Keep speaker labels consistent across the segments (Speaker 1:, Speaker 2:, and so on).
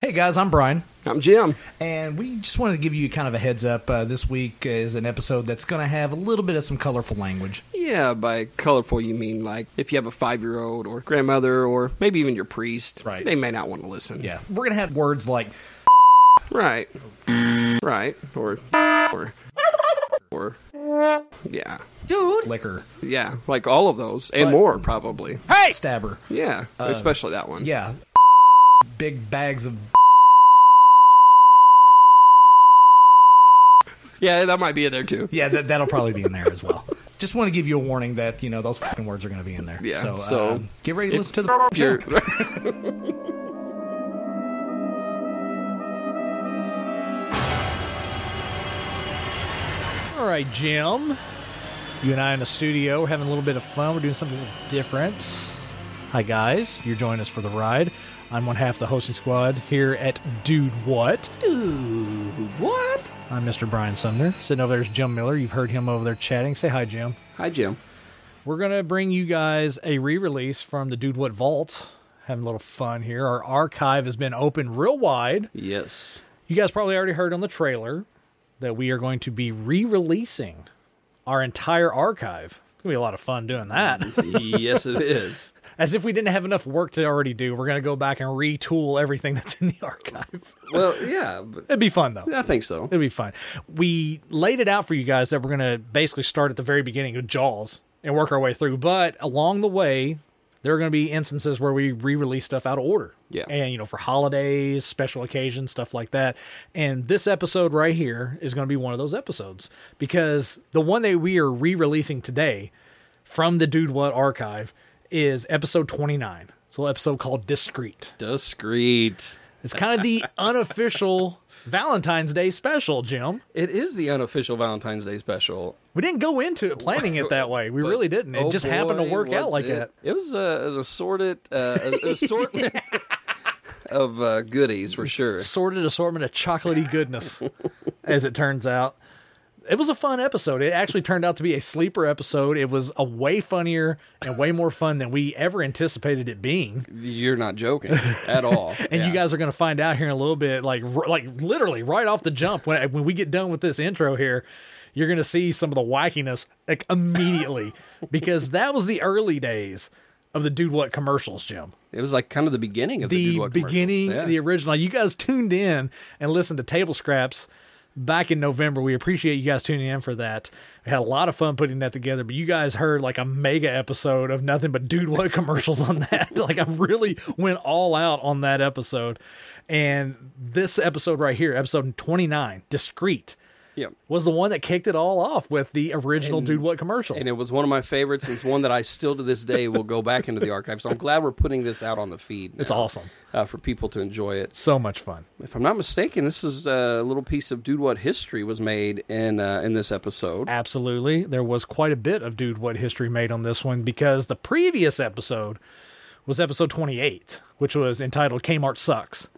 Speaker 1: Hey guys, I'm Brian,
Speaker 2: I'm Jim.
Speaker 1: and we just wanted to give you kind of a heads up. Uh, this week is an episode that's going to have a little bit of some colorful language.
Speaker 2: Yeah, by colorful you mean like if you have a five year old or grandmother or maybe even your priest,
Speaker 1: Right.
Speaker 2: they may not want to listen.
Speaker 1: Yeah, we're going to have words like
Speaker 2: Right. Right. Or or or yeah.
Speaker 1: liquor,
Speaker 2: Yeah. Like all of those. And
Speaker 1: But-
Speaker 2: more probably.
Speaker 1: stabber,
Speaker 2: Yeah. especially that one.
Speaker 1: yeah, big bags of
Speaker 2: Yeah, that might be in there too.
Speaker 1: yeah. That, that'll probably be in there as well. Just want to give you a warning that you know those fucking words are going to be in there.
Speaker 2: Yeah,
Speaker 1: So,
Speaker 2: so
Speaker 1: um, get ready to
Speaker 2: if-
Speaker 1: listen to the show.
Speaker 2: You're-
Speaker 3: All right, Jim. You and I in the studio. We're having a little bit of fun. We're doing something a little different. Hi, guys. You're joining us for the ride. I'm one half the hosting squad here at Dude What. Dude What? I'm Mr. Brian Sumner. Sitting over there is Jim Miller. You've heard him over there chatting. Say hi, Jim.
Speaker 2: Hi Jim.
Speaker 3: We're going to bring you guys a re release from the Dude What Vault. Having a little fun here. Our archive has been open real wide.
Speaker 2: Yes.
Speaker 3: You guys probably already heard on the trailer that we are going to be re releasing our entire archive. It's going to be a lot of fun doing that.
Speaker 2: yes it is.
Speaker 3: As if we didn't have enough work to already do, we're going to go back and retool everything that's in the archive.
Speaker 2: Well, yeah, but
Speaker 3: It'd be fun, though.
Speaker 2: I think so.
Speaker 3: It'd be fun. We laid it out for you guys that we're going to basically start at the very beginning of Jaws and work our way through. But along the way, there are going to be instances where we re-release stuff out of order.
Speaker 2: Yeah.
Speaker 3: And you know, for holidays, special occasions, stuff like that. And this episode right here is going to be one of those episodes because the one that we are re-releasing today from the Dude What archive is episode 29. It's a little episode called Discreet.
Speaker 2: Discreet.
Speaker 3: It's kind of the unofficial Valentine's Day special, Jim.
Speaker 2: It is the unofficial Valentine's Day special.
Speaker 3: We didn't go into it planning it that way. We
Speaker 2: But-
Speaker 3: really didn't. It
Speaker 2: oh
Speaker 3: just happened to
Speaker 2: boy,
Speaker 3: work out
Speaker 2: was
Speaker 3: like
Speaker 2: it.
Speaker 3: that.
Speaker 2: It was a, an assorted uh, a- a assortment of uh, goodies for sure.
Speaker 3: Sorted assortment of chocolatey goodness, as it turns out. It was a fun episode. It actually turned out to be a sleeper episode. It was a way funnier and way more fun than we ever anticipated it being.
Speaker 2: You're not joking at all.
Speaker 3: And
Speaker 2: Yeah.
Speaker 3: you guys are going to find out here in a little bit, like r- like literally right off the jump when when we get done with this intro here, you're going to see some of the wackiness like immediately because that was the early days of the dude what commercials, Jim.
Speaker 2: it was like kind of the beginning of the,
Speaker 3: the
Speaker 2: Dude Walk commercials.
Speaker 3: beginning,
Speaker 2: Yeah.
Speaker 3: the original. You guys tuned in and listened to Table Scraps back in November. We appreciate you guys tuning in for that. We had a lot of fun putting that together, but you guys heard like a mega episode of nothing but dude what commercials on that. like I really went all out on that episode. And this episode right here, episode 29, Discreet,
Speaker 2: yeah.
Speaker 3: was the one that kicked it all off with the original dude what commercial.
Speaker 2: And it was one of my favorites. It's one that I still to this day will go back into the archive. So I'm glad we're putting this out on the feed.
Speaker 3: it's
Speaker 2: now,
Speaker 3: awesome.
Speaker 2: uh, for people to enjoy it.
Speaker 3: So much fun.
Speaker 2: If I'm not mistaken, this is uh, a little piece of Dude What history was made in uh, in this episode.
Speaker 3: Absolutely. There was quite a bit of Dude What History made on this one because the previous episode was episode 28, which was entitled Kmart Sucks.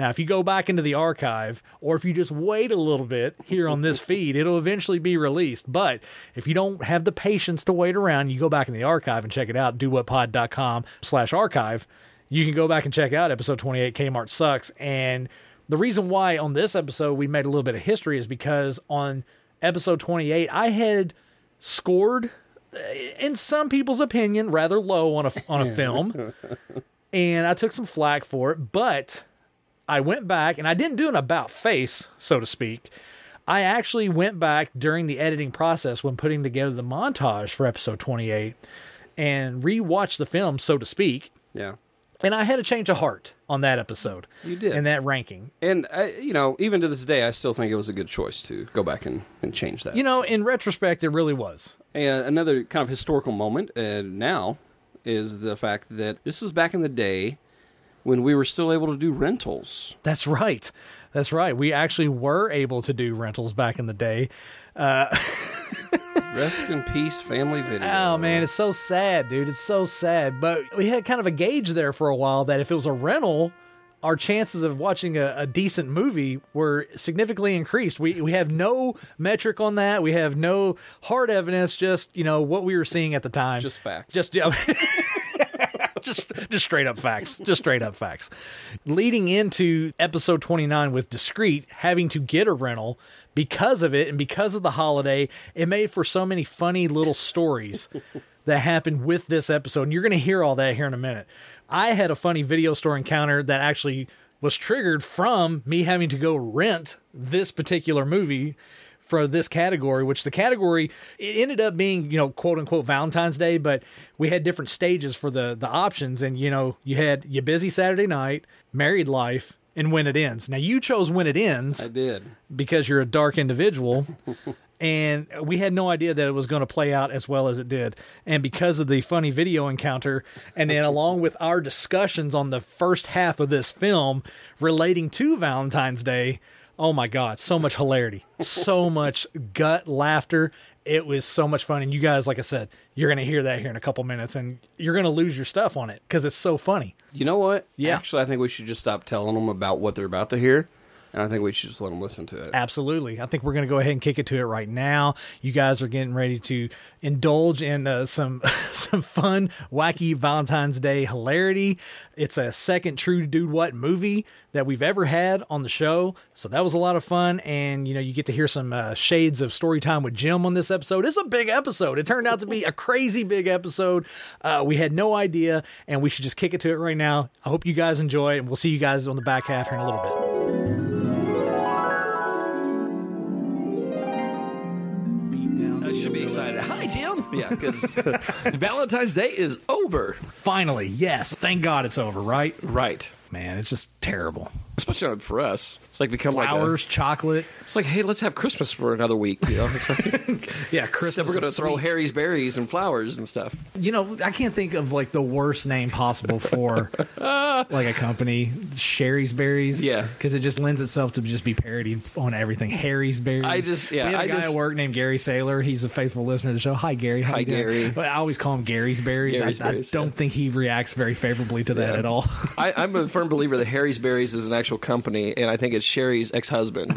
Speaker 3: Now, if you go back into the archive, or if you just wait a little bit here on this feed, it'll eventually be released. But if you don't have the patience to wait around, you go back in the archive and check it out, dowhatpod.com slash archive. You can go back and check out episode 28, Kmart Sucks. And the reason why on this episode we made a little bit of history is because on episode 28, I had scored, uh, in some people's opinion, rather low on a, on a film. and I took some flack for it, but I went back and I didn't do an about face, so to speak. I actually went back during the editing process when putting together the montage for episode 28 and rewatched the film, so to speak.
Speaker 2: Yeah.
Speaker 3: And I had a change of heart on that episode.
Speaker 2: You did.
Speaker 3: In that ranking.
Speaker 2: And I, you know, even to this day, I still think it was a good choice to go back and, and change that.
Speaker 3: You know, in retrospect, it really was.
Speaker 2: and another kind of historical moment uh, now is the fact that this is back in the day when we were still able to do rentals.
Speaker 3: That's right. That's right. We actually were able to do rentals back in the day.
Speaker 2: Rest in peace, family video.
Speaker 3: Oh man, it's so sad, dude. It's so sad. But we had kind of a gauge there for a while that if it was a rental, our chances of watching a, a decent movie were significantly increased. We we have no metric on that. We have no hard evidence. Just you know what we were seeing at the time.
Speaker 2: Just facts.
Speaker 3: Just yeah.
Speaker 4: just just straight up facts. Just straight up facts. Leading into episode 29 with Discreet having to get a rental because of it and because of the holiday, it made for so many funny little stories that happened with this episode. And you're going to hear all that here in a minute. I had a funny video store encounter that actually was triggered from me having to go rent this particular movie for this category, which the category it ended up being, you know, quote unquote Valentine's Day, but we had different stages for the the options, and you know, you had you busy Saturday night, married life, and when it ends. Now you chose when it ends
Speaker 5: I did.
Speaker 4: because you're a dark individual. and we had no idea that it was going to play out as well as it did. And because of the funny video encounter, and then along with our discussions on the first half of this film relating to Valentine's Day, oh my God, so much hilarity, so much gut laughter. It was so much fun. And you guys, like I said, you're going to hear that here in a couple minutes and you're going to lose your stuff on it because it's so funny.
Speaker 5: You know what?
Speaker 4: Yeah.
Speaker 5: Actually, I think we should just stop telling them about what they're about to hear, and I think we should just let them listen to it.
Speaker 4: Absolutely. I think we're going to go ahead and kick it to it right now. You guys are getting ready to indulge in uh, some some fun, wacky Valentine's Day hilarity. It's a second true dude what movie that we've ever had on the show. So that was a lot of fun and you know, you get to hear some uh, shades of story time with Jim on this episode. It's a big episode. It turned out to be a crazy big episode. Uh, we had no idea and we should just kick it to it right now. I hope you guys enjoy it, and we'll see you guys on the back half here in a little bit.
Speaker 2: I should be excited. Hi, Tim. Yeah, because Valentine's Day is over.
Speaker 4: Finally, yes. Thank God it's over, right?
Speaker 2: Right.
Speaker 4: Man, it's just terrible.
Speaker 2: Especially on- for us. It's like become
Speaker 4: Flowers,
Speaker 2: like
Speaker 4: chocolate.
Speaker 2: a, It's like, hey, let's have Christmas for another week. You know, it's like
Speaker 4: Yeah, Christmas.
Speaker 2: except we're gonna
Speaker 4: is
Speaker 2: throw
Speaker 4: sweet.
Speaker 2: Harry's berries and flowers and stuff.
Speaker 3: You know, I can't think of like the worst name possible for like a company. Sherry's Berries,
Speaker 2: Yeah.
Speaker 3: because it just lends itself to just be parodied on everything. Harry's Berries.
Speaker 2: I just- yeah,
Speaker 3: We have a
Speaker 2: I
Speaker 3: guy
Speaker 2: just-
Speaker 3: at work named Gary Saylor. He's a faithful listener to the show. Hi, Gary. How
Speaker 2: Hi,
Speaker 3: you doing?
Speaker 2: Gary.
Speaker 3: But I always call him Gary's Berries.
Speaker 2: Gary's
Speaker 3: I,
Speaker 2: Berries,
Speaker 3: I don't
Speaker 2: yeah.
Speaker 3: think he reacts very favorably to that
Speaker 2: Yeah.
Speaker 3: at all.
Speaker 2: I, I'm a firm believer that Harry's berries is an actual company, and I think it's Sherry's ex-husband.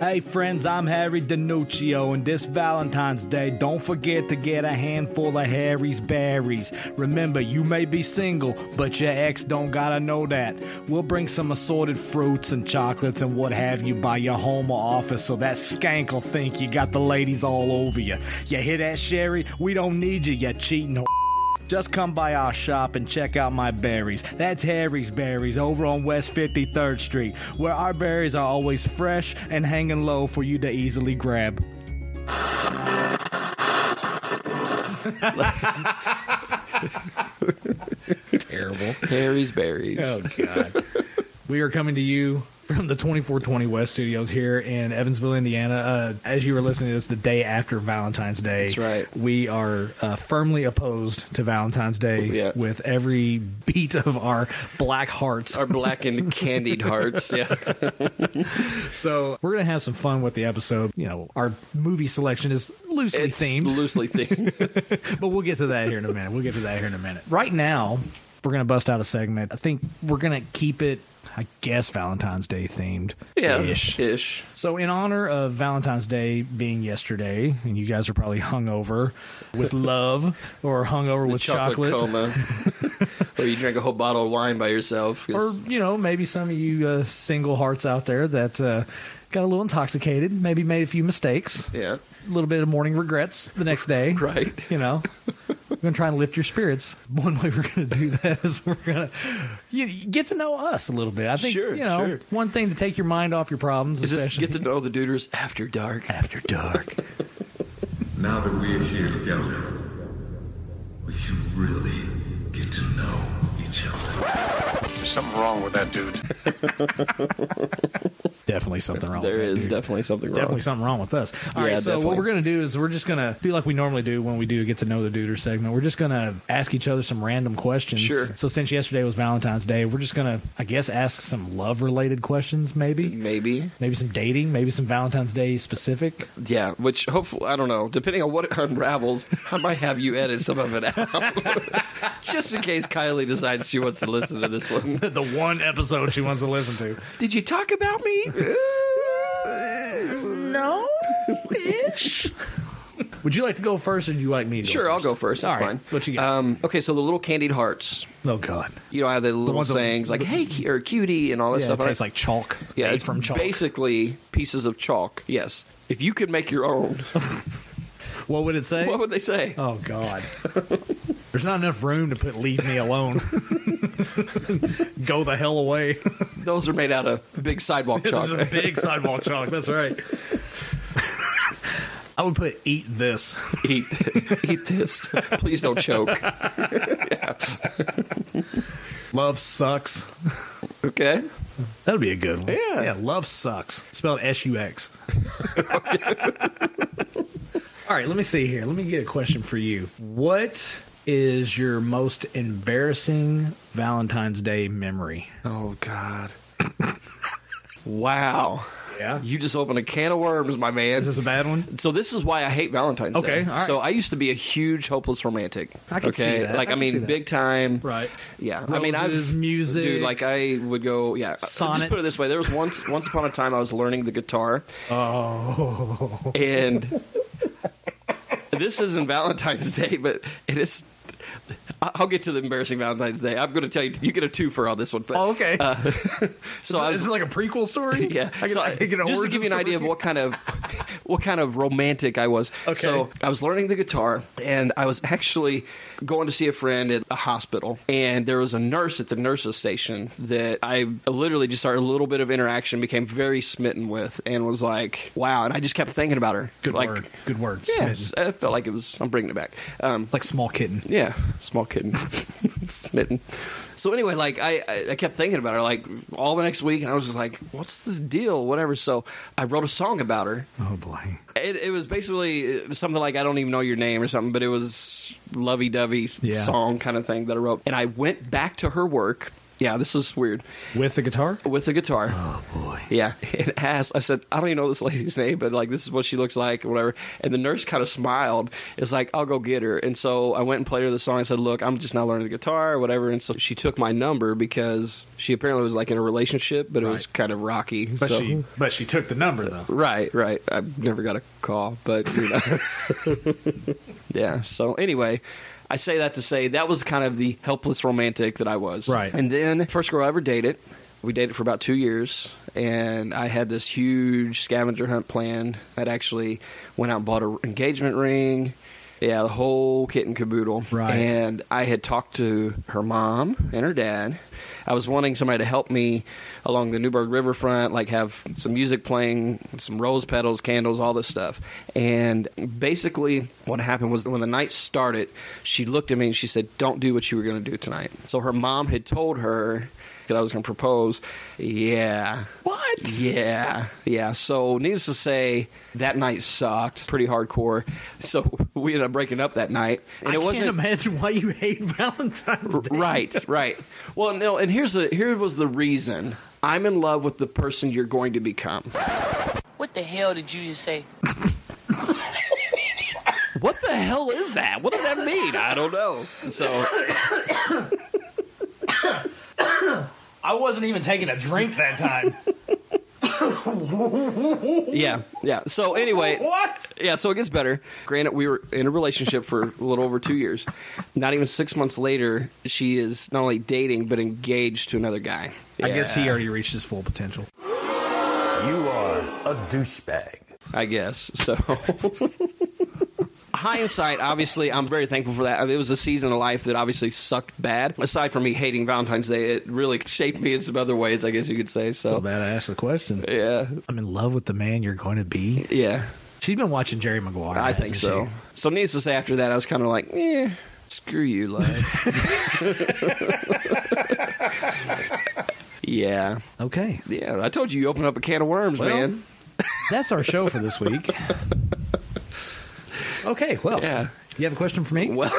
Speaker 3: Hey friends, I'm Harry DiNuccio, and this Valentine's Day, don't forget to get a handful of Harry's berries. Remember, you may be single, but your ex don't gotta know that. We'll bring some assorted fruits and chocolates and what have you by your home or office, so that skank'll think you got the ladies all over you. You hear that, Sherry? We don't need you, you cheating whore. Just come by our shop and check out my berries. That's Harry's Berries over on West 53rd Street, where our berries are always fresh and hanging low for you to easily grab.
Speaker 4: Terrible.
Speaker 2: Harry's berries.
Speaker 3: Oh, God. we are coming to you from the 2420 West Studios here in Evansville, Indiana. Uh, as you were listening to this, the day after Valentine's Day.
Speaker 2: That's right.
Speaker 3: We are uh, firmly opposed to Valentine's Day
Speaker 2: Oh, Yeah.
Speaker 3: with every beat of our black hearts.
Speaker 2: Our blackened candied hearts. Yeah.
Speaker 3: So we're gonna have some fun with the episode. You know, our movie selection is loosely
Speaker 2: It's
Speaker 3: themed.
Speaker 2: loosely themed.
Speaker 3: but we'll get to that here in a minute. We'll get to that here in a minute. Right now, we're going to bust out a segment. I think we're going to keep it, I guess, Valentine's Day themed.
Speaker 2: Yeah.
Speaker 3: Ish.
Speaker 2: Ish.
Speaker 3: So, in honor of Valentine's Day being yesterday, and you guys are probably hungover with love or hungover with chocolate.
Speaker 2: coma, or you drank a whole bottle of wine by yourself. 'cause-
Speaker 3: Or, you know, maybe some of you uh, single hearts out there that uh, got a little intoxicated, maybe made a few mistakes,
Speaker 2: yeah,
Speaker 3: a little bit of morning regrets the next day.
Speaker 2: right.
Speaker 3: you know we're gonna try and lift your spirits one way we're gonna do that is we're gonna you, you get to know us a little bit i think
Speaker 2: Sure,
Speaker 3: you know
Speaker 2: sure.
Speaker 3: one thing to take your mind off your problems
Speaker 2: Is this
Speaker 3: especially
Speaker 2: get to know the duders after dark?
Speaker 3: after dark
Speaker 6: Now that we are here together, we can really get to know each other.
Speaker 7: There's something wrong with that dude.
Speaker 3: definitely something wrong
Speaker 2: There
Speaker 3: with that,
Speaker 2: is
Speaker 3: dude.
Speaker 2: definitely something wrong.
Speaker 3: Definitely something wrong with us. All right,
Speaker 2: Yeah,
Speaker 3: so
Speaker 2: definitely.
Speaker 3: what we're gonna do is we're just gonna do like we normally do when we do a get to know the duder segment. We're just gonna ask each other some random questions.
Speaker 2: Sure.
Speaker 3: So since yesterday was Valentine's Day, we're just gonna, I guess, ask some love related questions, maybe,
Speaker 2: Maybe.
Speaker 3: maybe some dating, maybe some Valentine's Day specific.
Speaker 2: Yeah, which hopefully, I don't know, depending on what it unravels, I might have you edit some of it out. Just in case Kylie decides she wants to listen to this one.
Speaker 3: the one episode she wants to listen to.
Speaker 2: Did you talk about me?
Speaker 3: No ish. Would you like to go first, or do you like me to
Speaker 2: Sure,
Speaker 3: go
Speaker 2: i I'll
Speaker 3: first?
Speaker 2: go first. That's
Speaker 3: All right,
Speaker 2: fine.
Speaker 3: What you got?
Speaker 2: Um, okay, so the little candied hearts.
Speaker 3: oh, God.
Speaker 2: You know, I have the little
Speaker 3: ones that-
Speaker 2: sayings like "Hey" cu- or "cutie" and all that
Speaker 3: Yeah,
Speaker 2: stuff.
Speaker 3: it tastes like chalk.
Speaker 2: yeah,
Speaker 3: Made
Speaker 2: it's
Speaker 3: from chalk.
Speaker 2: Basically, pieces of chalk. Yes. If you could make your own,
Speaker 3: What would it say?
Speaker 2: what would they say?
Speaker 3: Oh God. There's not enough room to put leave me alone. Go the hell away.
Speaker 2: Those are made out of big sidewalk chalk.
Speaker 3: This is a big sidewalk chalk. That's right. I would put eat this.
Speaker 2: eat, eat this. Please don't choke.
Speaker 3: Love sucks.
Speaker 2: Okay.
Speaker 3: That would be a good one.
Speaker 2: Yeah.
Speaker 3: Yeah, love sucks. Spelled S U X. All right, let me see here. Let me get a question for you. What is your most embarrassing Valentine's Day memory?
Speaker 2: Oh God. wow.
Speaker 3: Yeah.
Speaker 2: You just opened a can of worms, my man.
Speaker 3: Is this a bad one?
Speaker 2: So this is why I hate Valentine's Day.
Speaker 3: Okay, all right.
Speaker 2: So I used to be a huge hopeless romantic.
Speaker 3: I can see
Speaker 2: okay?
Speaker 3: that.
Speaker 2: Like
Speaker 3: I
Speaker 2: I,
Speaker 3: can see
Speaker 2: mean,
Speaker 3: that.
Speaker 2: big time.
Speaker 3: Right.
Speaker 2: Yeah. I mean, I
Speaker 3: Roses, music.
Speaker 2: dude. Like I would go. Yeah. Uh, Just put
Speaker 3: Sonnets.
Speaker 2: it this way: there was once, once upon a time, I was learning the guitar. Oh. And this isn't Valentine's Day, but it is. I- I'll get to the embarrassing Valentine's Day. I'm going to tell you, you get a two for all this one. But,
Speaker 3: Oh, okay.
Speaker 2: uh, so I
Speaker 3: is
Speaker 2: was
Speaker 3: this like a prequel story?
Speaker 2: yeah.
Speaker 3: I can,
Speaker 2: So
Speaker 3: I can get an
Speaker 2: just to
Speaker 3: origin
Speaker 2: give you an
Speaker 3: story?
Speaker 2: idea of what kind of what kind of romantic I was.
Speaker 3: Okay.
Speaker 2: So I was learning the guitar, and I was actually going to see a friend at a hospital, and there was a nurse at the nurses' station that I literally just started a little bit of interaction, became very smitten with, and was like, wow. And I just kept thinking about her.
Speaker 3: Good
Speaker 2: like,
Speaker 3: word. Good word.
Speaker 2: Yeah,
Speaker 3: Smitten.
Speaker 2: just- I felt like it was. I'm bringing it back. Um,
Speaker 3: Like small kitten.
Speaker 2: yeah, small kitten, smitten. So anyway, like I, I- I kept thinking about her like all the next week, and I was just like, "What's this deal?" Whatever. So I wrote a song about her.
Speaker 3: Oh boy.
Speaker 2: It, it was basically uh, something like "I don't even know your name" or something, but it was lovey-dovey
Speaker 3: Yeah.
Speaker 2: song kind of thing that I wrote. And I went back to her work. Yeah, this is weird.
Speaker 3: With the guitar?
Speaker 2: With the guitar.
Speaker 3: Uh-huh. Oh, Boy.
Speaker 2: Yeah, and asked. I said, I don't even know this lady's name, but like this is what she looks like, or whatever. And the nurse kind of smiled. It's like, I'll go get her. And so I went and played her the song. I said, Look, I'm just now learning the guitar, or whatever. And so she took my number because she apparently was like in a relationship, but it was
Speaker 3: Right.
Speaker 2: kind of rocky.
Speaker 3: But
Speaker 2: so.
Speaker 3: she but she took the number though.
Speaker 2: Right, right. I never got a call, but you know. yeah. So anyway, I say that to say that was kind of the helpless romantic that I was.
Speaker 3: Right.
Speaker 2: And then first girl I ever dated, we dated for about two years, and I had this huge scavenger hunt planned. I'd actually went out and bought an engagement ring. Yeah, the whole kit and caboodle.
Speaker 3: Right.
Speaker 2: And I had talked to her mom and her dad. I was wanting somebody to help me along the Newburgh Riverfront, like have some music playing, some rose petals, candles, all this stuff. And basically, what happened was when the night started, she looked at me and she said, Don't do what you were going to do tonight. So her mom had told her that I was going to propose. Yeah.
Speaker 3: What?
Speaker 2: Yeah, yeah. So, needless to say, that night sucked pretty hardcore. So we ended up breaking up that night, and
Speaker 3: I
Speaker 2: it wasn't
Speaker 3: can't imagine why you hate Valentine's Day.
Speaker 2: right, right. Well, no, and here's the here was the reason. I'm in love with the person you're going to become.
Speaker 8: What the hell did you just say?
Speaker 2: What the hell is that? What does that mean? I don't know. So
Speaker 3: I wasn't even taking a drink that time.
Speaker 2: yeah, yeah. So anyway,
Speaker 3: what?
Speaker 2: yeah, so it gets better. Granted, we were in a relationship for a little over two years. Not even six months later, she is not only dating but engaged to another guy.
Speaker 3: I guess he
Speaker 2: Yeah. Oh.
Speaker 3: already reached his full potential.
Speaker 9: You are a douchebag.
Speaker 2: I guess. So hindsight, obviously, I'm very thankful for that. It was a season of life that obviously sucked bad. Aside from me hating Valentine's Day, it really shaped me in some other ways, I guess you could say. So
Speaker 3: Bad I asked the question.
Speaker 2: yeah,
Speaker 3: I'm in love with the man you're going to be.
Speaker 2: yeah,
Speaker 3: She's been watching Jerry Maguire.
Speaker 2: I think
Speaker 3: hasn't
Speaker 2: so.
Speaker 3: she?
Speaker 2: So needless to say, after that, I was kind of like, eh. Screw you, love. yeah.
Speaker 3: Okay.
Speaker 2: Yeah. I told you you open up a can of worms,
Speaker 3: Well,
Speaker 2: man.
Speaker 3: That's our show for this week. okay, well.
Speaker 2: Yeah.
Speaker 3: You have a question for me?
Speaker 2: Well,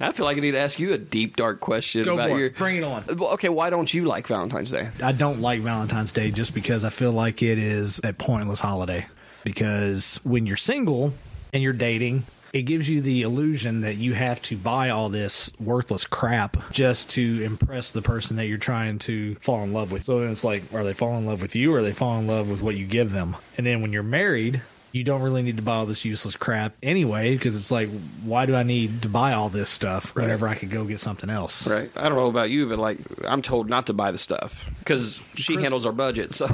Speaker 2: I feel like I need to ask you a deep, dark question
Speaker 3: Go
Speaker 2: about
Speaker 3: for it.
Speaker 2: your.
Speaker 3: Bring it on.
Speaker 2: Well, okay, why don't you like Valentine's Day?
Speaker 3: I don't like Valentine's Day just because I feel like it is a pointless holiday. Because when you're single and you're dating, it gives you the illusion that you have to buy all this worthless crap just to impress the person that you're trying to fall in love with. So then it's like, are they falling in love with you or are they falling in love with what you give them? And then when you're married, You don't really need to buy all this useless crap anyway, because it's like, why do I need to buy all this stuff whenever I could go get something else?
Speaker 2: Right. I don't know about you, but like I'm told not to buy the stuff because she handles our budget. So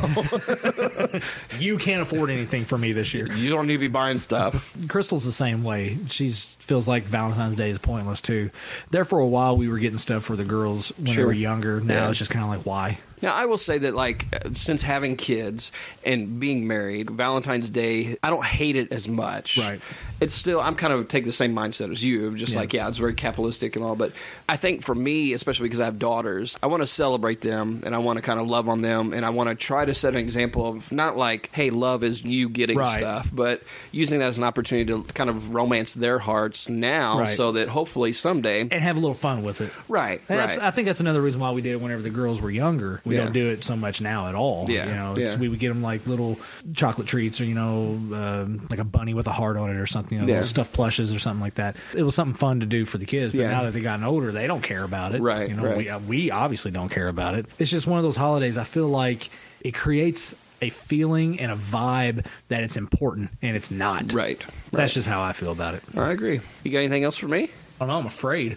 Speaker 3: You can't afford anything for me this year.
Speaker 2: you don't need to be buying stuff.
Speaker 3: Crystal's the same way. She feels like Valentine's Day is pointless too. There for a while, we were getting stuff for the girls when they
Speaker 2: Sure.
Speaker 3: were younger. Now
Speaker 2: Yeah.
Speaker 3: it's just kind of like, why?
Speaker 2: Now I will say that like uh, since having kids and being married, Valentine's Day I don't hate it as much.
Speaker 3: Right.
Speaker 2: It's still I'm kind of take the same mindset as you, of just
Speaker 3: Yeah.
Speaker 2: like yeah, it's very capitalistic and all. But I think for me, especially because I have daughters, I want to celebrate them and I want to kind of love on them and I want to try to set an example of not like hey, love is you getting
Speaker 3: Right.
Speaker 2: stuff, but using that as an opportunity to kind of romance their hearts now,
Speaker 3: Right.
Speaker 2: so that hopefully someday.
Speaker 3: And have a little fun with it.
Speaker 2: Right,
Speaker 3: And
Speaker 2: right.
Speaker 3: That's, I think that's another reason why we did it whenever the girls were younger. We
Speaker 2: Yeah.
Speaker 3: don't do it so much now at all.
Speaker 2: Yeah,
Speaker 3: You know, it's,
Speaker 2: yeah.
Speaker 3: we would get them like little chocolate treats or, you know, um, like a bunny with a heart on it or something, you know,
Speaker 2: Yeah.
Speaker 3: little stuffed plushes or something like that. It was something fun to do for the kids. But
Speaker 2: Yeah.
Speaker 3: now that they've gotten older, they don't care about it.
Speaker 2: Right,
Speaker 3: You know,
Speaker 2: right.
Speaker 3: we, uh, we obviously don't care about it. It's just one of those holidays I feel like it creates a feeling and a vibe that it's important and it's not.
Speaker 2: Right,
Speaker 3: That's
Speaker 2: right.
Speaker 3: just how I feel about it.
Speaker 2: I agree. You got anything else for me?
Speaker 3: Oh no, I'm afraid.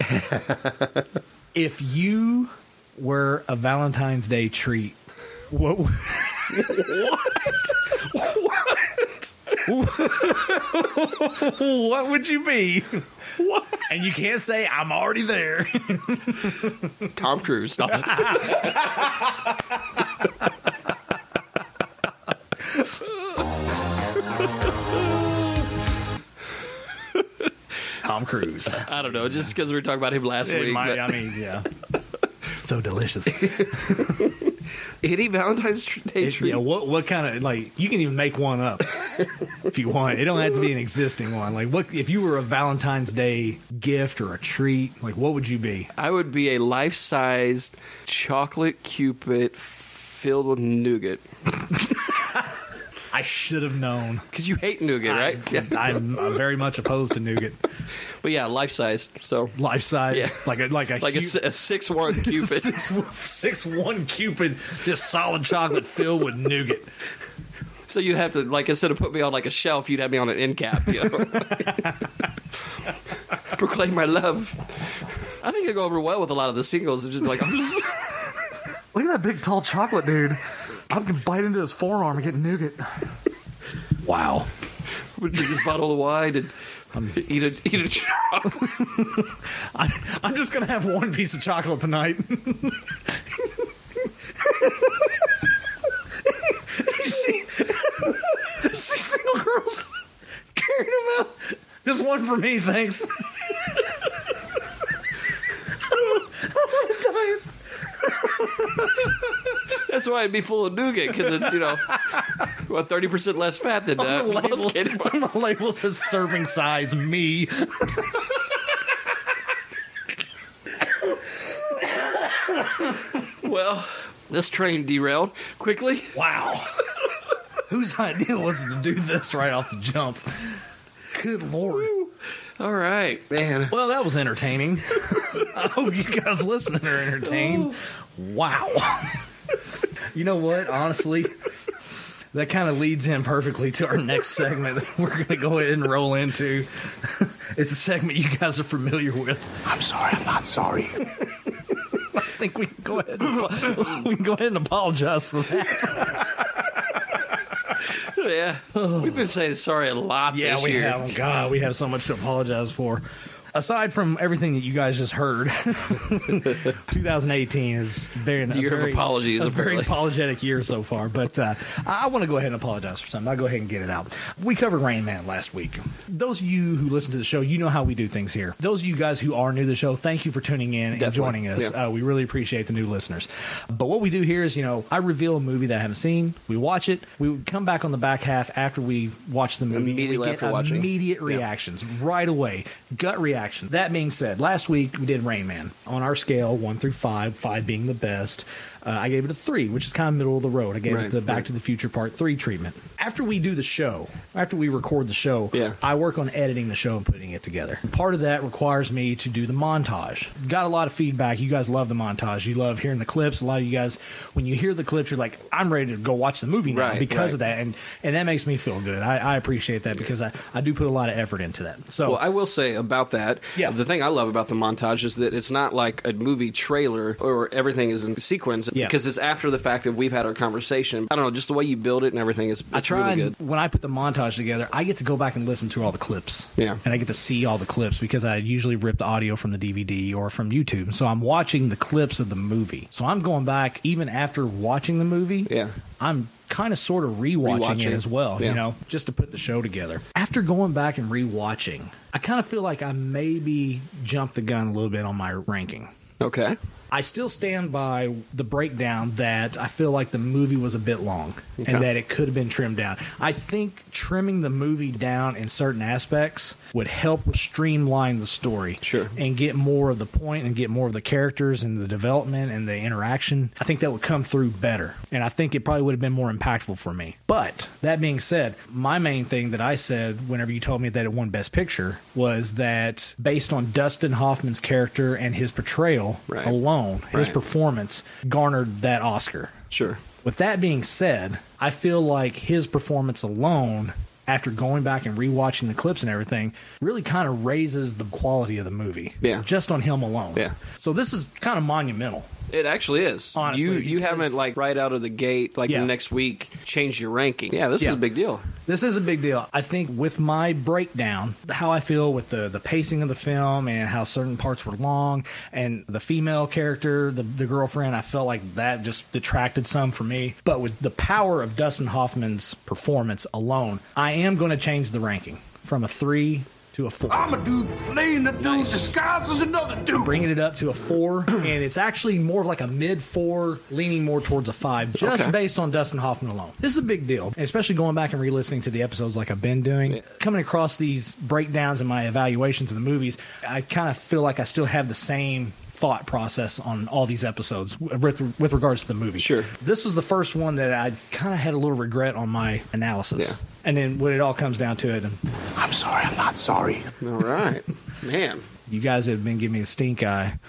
Speaker 3: if you were a Valentine's Day treat, what? would- what would you be? And you can't say I'm already there.
Speaker 2: Tom Cruise. Stop it.
Speaker 3: Tom Cruise.
Speaker 2: I don't know, just because we were talking about him last
Speaker 3: It
Speaker 2: week.
Speaker 3: might-
Speaker 2: but-
Speaker 3: I mean, yeah. So delicious.
Speaker 2: any Valentine's tr- Day
Speaker 3: It-
Speaker 2: treat?
Speaker 3: yeah, what what kind of like you can even make one up if you want. It don't have to be an existing one. Like what if you were a Valentine's Day gift or a treat, like what would you be?
Speaker 2: I would be a life-sized chocolate cupid filled with nougat.
Speaker 3: I should have known.
Speaker 2: Because you hate nougat, right? Yeah.
Speaker 3: I, am I'm uh, very much opposed to nougat.
Speaker 2: But yeah, life-sized. So
Speaker 3: Life size,
Speaker 2: Yeah.
Speaker 3: like a like a
Speaker 2: like a,
Speaker 3: huge-
Speaker 2: s- a six-one cupid.
Speaker 3: six, six one cupid, just solid chocolate filled with nougat.
Speaker 2: so you'd have to, like, instead of put me on like a shelf, you'd have me on an end cap. You know? Proclaim my love. I think it go over well with a lot of the singles. It's just like,
Speaker 3: Look at that big tall chocolate dude. I can bite into his forearm and get nougat. Wow.
Speaker 2: would drink this bottle of wine and eat a eat a chocolate.
Speaker 3: I, I'm just gonna have one piece of chocolate tonight. You see, see single girls carrying them out. Just one for me, thanks.
Speaker 2: That's why it'd be full of nougat because it's you know, what thirty percent less fat than uh,
Speaker 3: the label.
Speaker 2: most candy bars.
Speaker 3: The label says serving size me.
Speaker 2: Well, this train derailed quickly.
Speaker 3: Wow. Whose idea was it to do this right off the jump? Good lord.
Speaker 2: All right, man.
Speaker 3: Well, that was entertaining. I hope you guys listening are entertained. Wow. you know what? Honestly, that kind of leads in perfectly to our next segment that we're going to go ahead and roll into. it's a segment you guys are familiar with. I'm sorry, I'm not sorry. I think we can go ahead. And, apo- we can go ahead and apologize for that.
Speaker 2: Yeah, we've been saying sorry a lot this
Speaker 3: we
Speaker 2: year.
Speaker 3: have. God, we have so much to apologize for. Aside from everything that you guys just heard, 2018 is very
Speaker 2: The year of
Speaker 3: very-
Speaker 2: apologies,
Speaker 3: a very
Speaker 2: apparently.
Speaker 3: apologetic year so far. But uh, I, I want to go ahead and apologize for something. I'll go ahead and get it out. We covered Rain Man last week. Those of you who listen to the show, you know how we do things here. Those of you guys who are new to the show, thank you for tuning in and
Speaker 2: Definitely.
Speaker 3: joining us.
Speaker 2: Yeah.
Speaker 3: Uh, we really appreciate the new listeners. But what we do here is, you know, I reveal a movie that I haven't seen. We watch it. We would come back on the back half after we watch the movie. and we
Speaker 2: Immediately
Speaker 3: get
Speaker 2: after watching.
Speaker 3: Immediate
Speaker 2: Yeah.
Speaker 3: reactions right away. Gut action. That being said, last week we did Rain Man on our scale one through five, five being the best. Uh, I gave it a three, which is kind of middle of the road. I gave
Speaker 10: Right,
Speaker 3: it the Back
Speaker 10: right.
Speaker 3: to the Future Part Three treatment. After we do the show, after we record the show,
Speaker 10: Yeah.
Speaker 3: I work on editing the show and putting it together. Part of that requires me to do the montage. Got a lot of feedback. You guys love the montage. You love hearing the clips. A lot of you guys, when you hear the clips, you're like, "I'm ready to go watch the movie now
Speaker 2: Right,
Speaker 3: because
Speaker 2: right.
Speaker 3: of that," and and that makes me feel good. I, I appreciate that because I I do put a lot of effort into that. So
Speaker 2: Well, I will say about that.
Speaker 3: Yeah.
Speaker 2: The thing I love about the montage is that it's not like a movie trailer or everything is in sequence
Speaker 3: Yeah.
Speaker 2: because it's after the fact that we've had our conversation. I don't know, just the way you build it and everything is it's
Speaker 3: I try
Speaker 2: really good.
Speaker 3: and when I put the montage together, I get to go back and listen to all the clips.
Speaker 2: Yeah.
Speaker 3: And I get to see all the clips because I usually rip the audio from the DVD or from YouTube. So I'm watching the clips of the movie. So I'm going back even after watching the movie.
Speaker 2: Yeah.
Speaker 3: I'm kind of sort of rewatching,
Speaker 2: Rewatching.
Speaker 3: it as well,
Speaker 2: Yeah.
Speaker 3: you know, just to put the show together. After going back and rewatching, I kind of feel like I maybe jumped the gun a little bit on my ranking.
Speaker 2: Okay.
Speaker 3: I still stand by the breakdown that I feel like the movie was a bit long
Speaker 2: Okay.
Speaker 3: and that it could have been trimmed down. I think trimming the movie down in certain aspects would help streamline the story.
Speaker 2: Sure.
Speaker 3: And get more of the point and get more of the characters and the development and the interaction. I think that would come through better. And I think it probably would have been more impactful for me. But that being said, my main thing that I said whenever you told me that it won Best Picture was that based on Dustin Hoffman's character and his portrayal
Speaker 2: Right.
Speaker 3: alone, his
Speaker 2: Right.
Speaker 3: performance garnered that Oscar.
Speaker 2: Sure.
Speaker 3: With that being said, I feel like his performance alone, after going back and rewatching the clips and everything, really kind of raises the quality of the movie.
Speaker 2: Yeah.
Speaker 3: Just on him alone.
Speaker 2: Yeah.
Speaker 3: So this is kind of monumental.
Speaker 2: It actually is.
Speaker 3: Honestly,
Speaker 2: you you
Speaker 3: because-
Speaker 2: haven't like right out of the gate like
Speaker 3: Yeah.
Speaker 2: the next week changed your ranking. Yeah, this
Speaker 3: Yeah.
Speaker 2: is a big deal.
Speaker 3: This is a big deal. I think with my breakdown, how I feel with the, the pacing of the film and how certain parts were long and the female character, the, the girlfriend, I felt like that just detracted some for me. But with the power of Dustin Hoffman's performance alone, I am going to change the ranking from a three to a four.
Speaker 9: a dude playing a dude disguised as another dude.
Speaker 3: bringing it up to a four, and it's actually more of like a mid four, leaning more towards a five, just
Speaker 2: Okay.
Speaker 3: based on Dustin Hoffman alone. This is a big deal, and especially going back and re-listening to the episodes like I've been doing.
Speaker 2: Yeah.
Speaker 3: Coming across these breakdowns and my evaluations of the movies, I kind of feel like I still have the same thought process on all these episodes with, with regards to the movie.
Speaker 2: Sure.
Speaker 3: This was the first one that I kind of had a little regret on my analysis.
Speaker 2: Yeah.
Speaker 3: And then when it all comes down to it, and
Speaker 9: I'm sorry, I'm not sorry.
Speaker 2: All right. Man.
Speaker 3: you guys have been giving me a stink eye.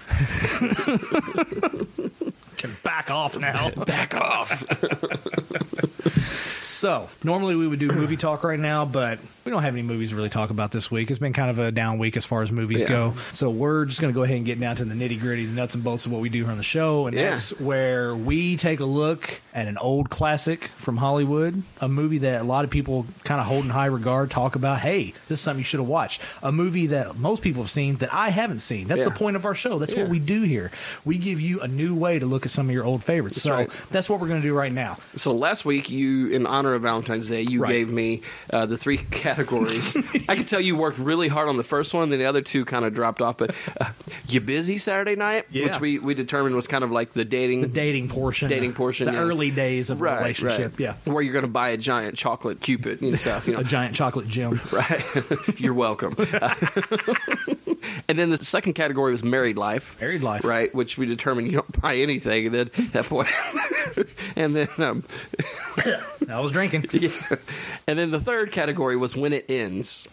Speaker 3: Can back off now.
Speaker 2: Back off.
Speaker 3: So, normally we would do movie talk right now, but we don't have any movies to really talk about this week. It's been kind of a down week as far as movies
Speaker 2: Yeah.
Speaker 3: go. So, we're just going to go ahead and get down to the nitty gritty, the nuts and bolts of what we do here on the show. And
Speaker 2: Yeah.
Speaker 3: that's where we take a look at an old classic from Hollywood, a movie that a lot of people kind of hold in high regard, talk about, hey, this is something you should have watched. A movie that most people have seen that I haven't seen. That's
Speaker 2: Yeah.
Speaker 3: the point of our show. That's what
Speaker 2: Yeah.
Speaker 3: we do here. We give you a new way to look at some of your old favorites. so,
Speaker 2: right.
Speaker 3: that's what we're going to do right now.
Speaker 2: So last week, you, in honor of Valentine's Day, you
Speaker 3: Right.
Speaker 2: gave me uh, the three categories. I could tell you worked really hard on the first one, then the other two kind of dropped off. But uh, you busy Saturday night,
Speaker 3: Yeah.
Speaker 2: which we, we determined was kind of like the dating,
Speaker 3: the dating portion,
Speaker 2: Dating portion,
Speaker 3: the
Speaker 2: yeah.
Speaker 3: early days of a relationship. Yeah,
Speaker 2: where you're going to buy a giant chocolate cupid and stuff. You know,
Speaker 3: a giant chocolate gym.
Speaker 2: right? You're welcome. Uh, and then the second category was married life.
Speaker 3: Married life.
Speaker 2: right? Which we determined you don't buy anything. And then that point, and then um,
Speaker 3: I was drinking.
Speaker 2: and then the third category was when it ends.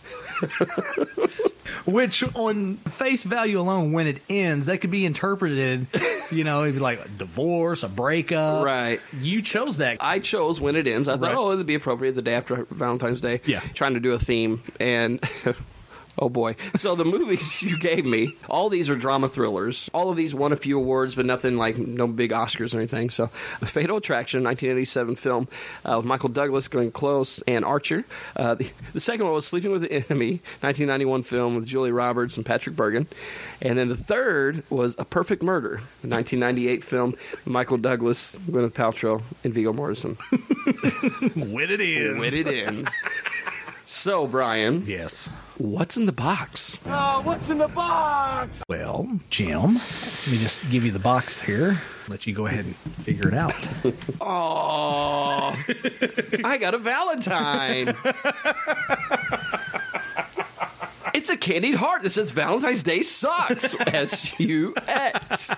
Speaker 3: Which, on face value alone, when it ends, that could be interpreted, you know, it'd be like a divorce, a breakup.
Speaker 2: Right.
Speaker 3: You chose that.
Speaker 2: I chose when it ends. I thought,
Speaker 3: Uh, Right.
Speaker 2: oh, it'd be appropriate the day after Valentine's Day.
Speaker 3: Yeah.
Speaker 2: trying to do a theme and. Oh boy! So the movies you gave me, all these are drama thrillers. All of these won a few awards, but nothing like no big Oscars or anything. So, The Fatal Attraction, 1987 film uh, with Michael Douglas, Glenn Close, and Archer. Uh, the, the second one was Sleeping with the Enemy, 1991 film with Julie Roberts and Patrick Bergen. And then the third was A Perfect Murder, the 1998 film with Michael Douglas, Gwyneth Paltrow, and Viggo Mortensen.
Speaker 3: when it ends.
Speaker 2: when it ends. So, Brian,
Speaker 3: Yes.
Speaker 2: what's in the box?
Speaker 3: Well, Jim, let me just give you the box here. Let you go ahead and figure it out.
Speaker 2: Oh, I got a Valentine. It's It's a candied heart that says Valentine's Day sucks. S U X.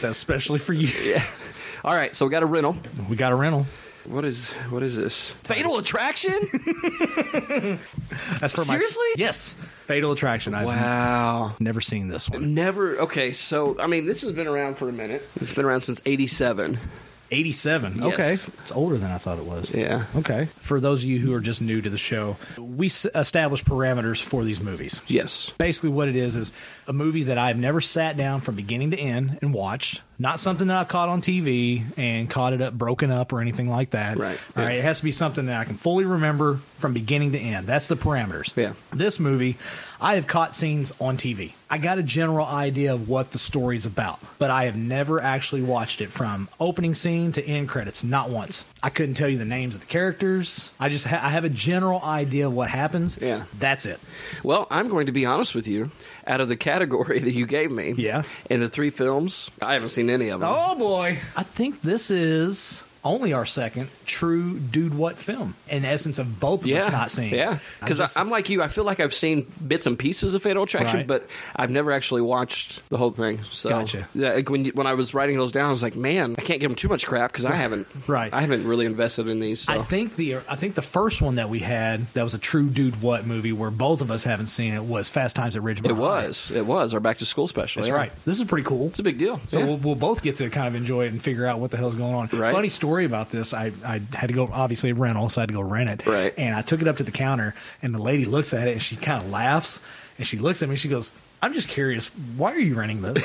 Speaker 3: That's especially for you.
Speaker 2: All right, so we got a rental.
Speaker 3: We got a rental.
Speaker 2: What is what is this? Fatal Attraction?
Speaker 3: That's for
Speaker 2: Seriously?
Speaker 3: my yes. Fatal Attraction. I've
Speaker 2: Wow.
Speaker 3: never seen this one.
Speaker 2: Never. Okay, so I mean, this has been around for a minute. It's been around since '87.
Speaker 3: Eighty-seven.
Speaker 2: Yes.
Speaker 3: Okay, it's older than I thought it was.
Speaker 2: Yeah.
Speaker 3: Okay. For those of you who are just new to the show, we s- establish parameters for these movies.
Speaker 2: Yes.
Speaker 3: Basically, what it is is a movie that I've never sat down from beginning to end and watched. Not something that I caught on TV and caught it up, broken up, or anything like that.
Speaker 2: Right.
Speaker 3: All right. It has to be something that I can fully remember from beginning to end. That's the parameters.
Speaker 2: Yeah.
Speaker 3: This movie, I have caught scenes on TV. I got a general idea of what the story's about, but I have never actually watched it from opening scene to end credits, not once. I couldn't tell you the names of the characters. I just ha- I have a general idea of what happens.
Speaker 2: Yeah.
Speaker 3: That's it.
Speaker 2: Well, I'm going to be honest with you. Out of the category that you gave me,
Speaker 3: Yeah. Oh,
Speaker 2: and the three films, I haven't seen any of them.
Speaker 3: boy. I think this is only our second true dude what film. In essence of both of
Speaker 2: yeah,
Speaker 3: us not seeing. it.
Speaker 2: yeah.
Speaker 3: I
Speaker 2: Because
Speaker 3: just-
Speaker 2: I'm like you. I feel like I've seen bits and pieces of Fatal Attraction,
Speaker 3: Right.
Speaker 2: but I've never actually watched the whole thing. So,
Speaker 3: Gotcha.
Speaker 2: yeah, like when you- when I was writing those down, I was like, man, I can't give them too much crap because I haven't.
Speaker 3: Right.
Speaker 2: I haven't really invested in these. So.
Speaker 3: I think the I think the first one that we had that was a true dude what movie where both of us haven't seen it was Fast Times at Ridgemont.
Speaker 2: it
Speaker 3: High.
Speaker 2: was. It was our back to school special.
Speaker 3: That's
Speaker 2: yeah.
Speaker 3: right. This is pretty cool.
Speaker 2: It's a big deal.
Speaker 3: So
Speaker 2: Yeah.
Speaker 3: we'll, we'll both get to kind of enjoy it and figure out what the hell's going on.
Speaker 2: Right.
Speaker 3: Funny story about this. I, I had to go obviously rental, so I had to go rent it.
Speaker 2: Right.
Speaker 3: And I took it up to the counter, and the lady looks at it and she kind of laughs and she looks at me. and She goes, "I'm just curious. Why are you renting this?"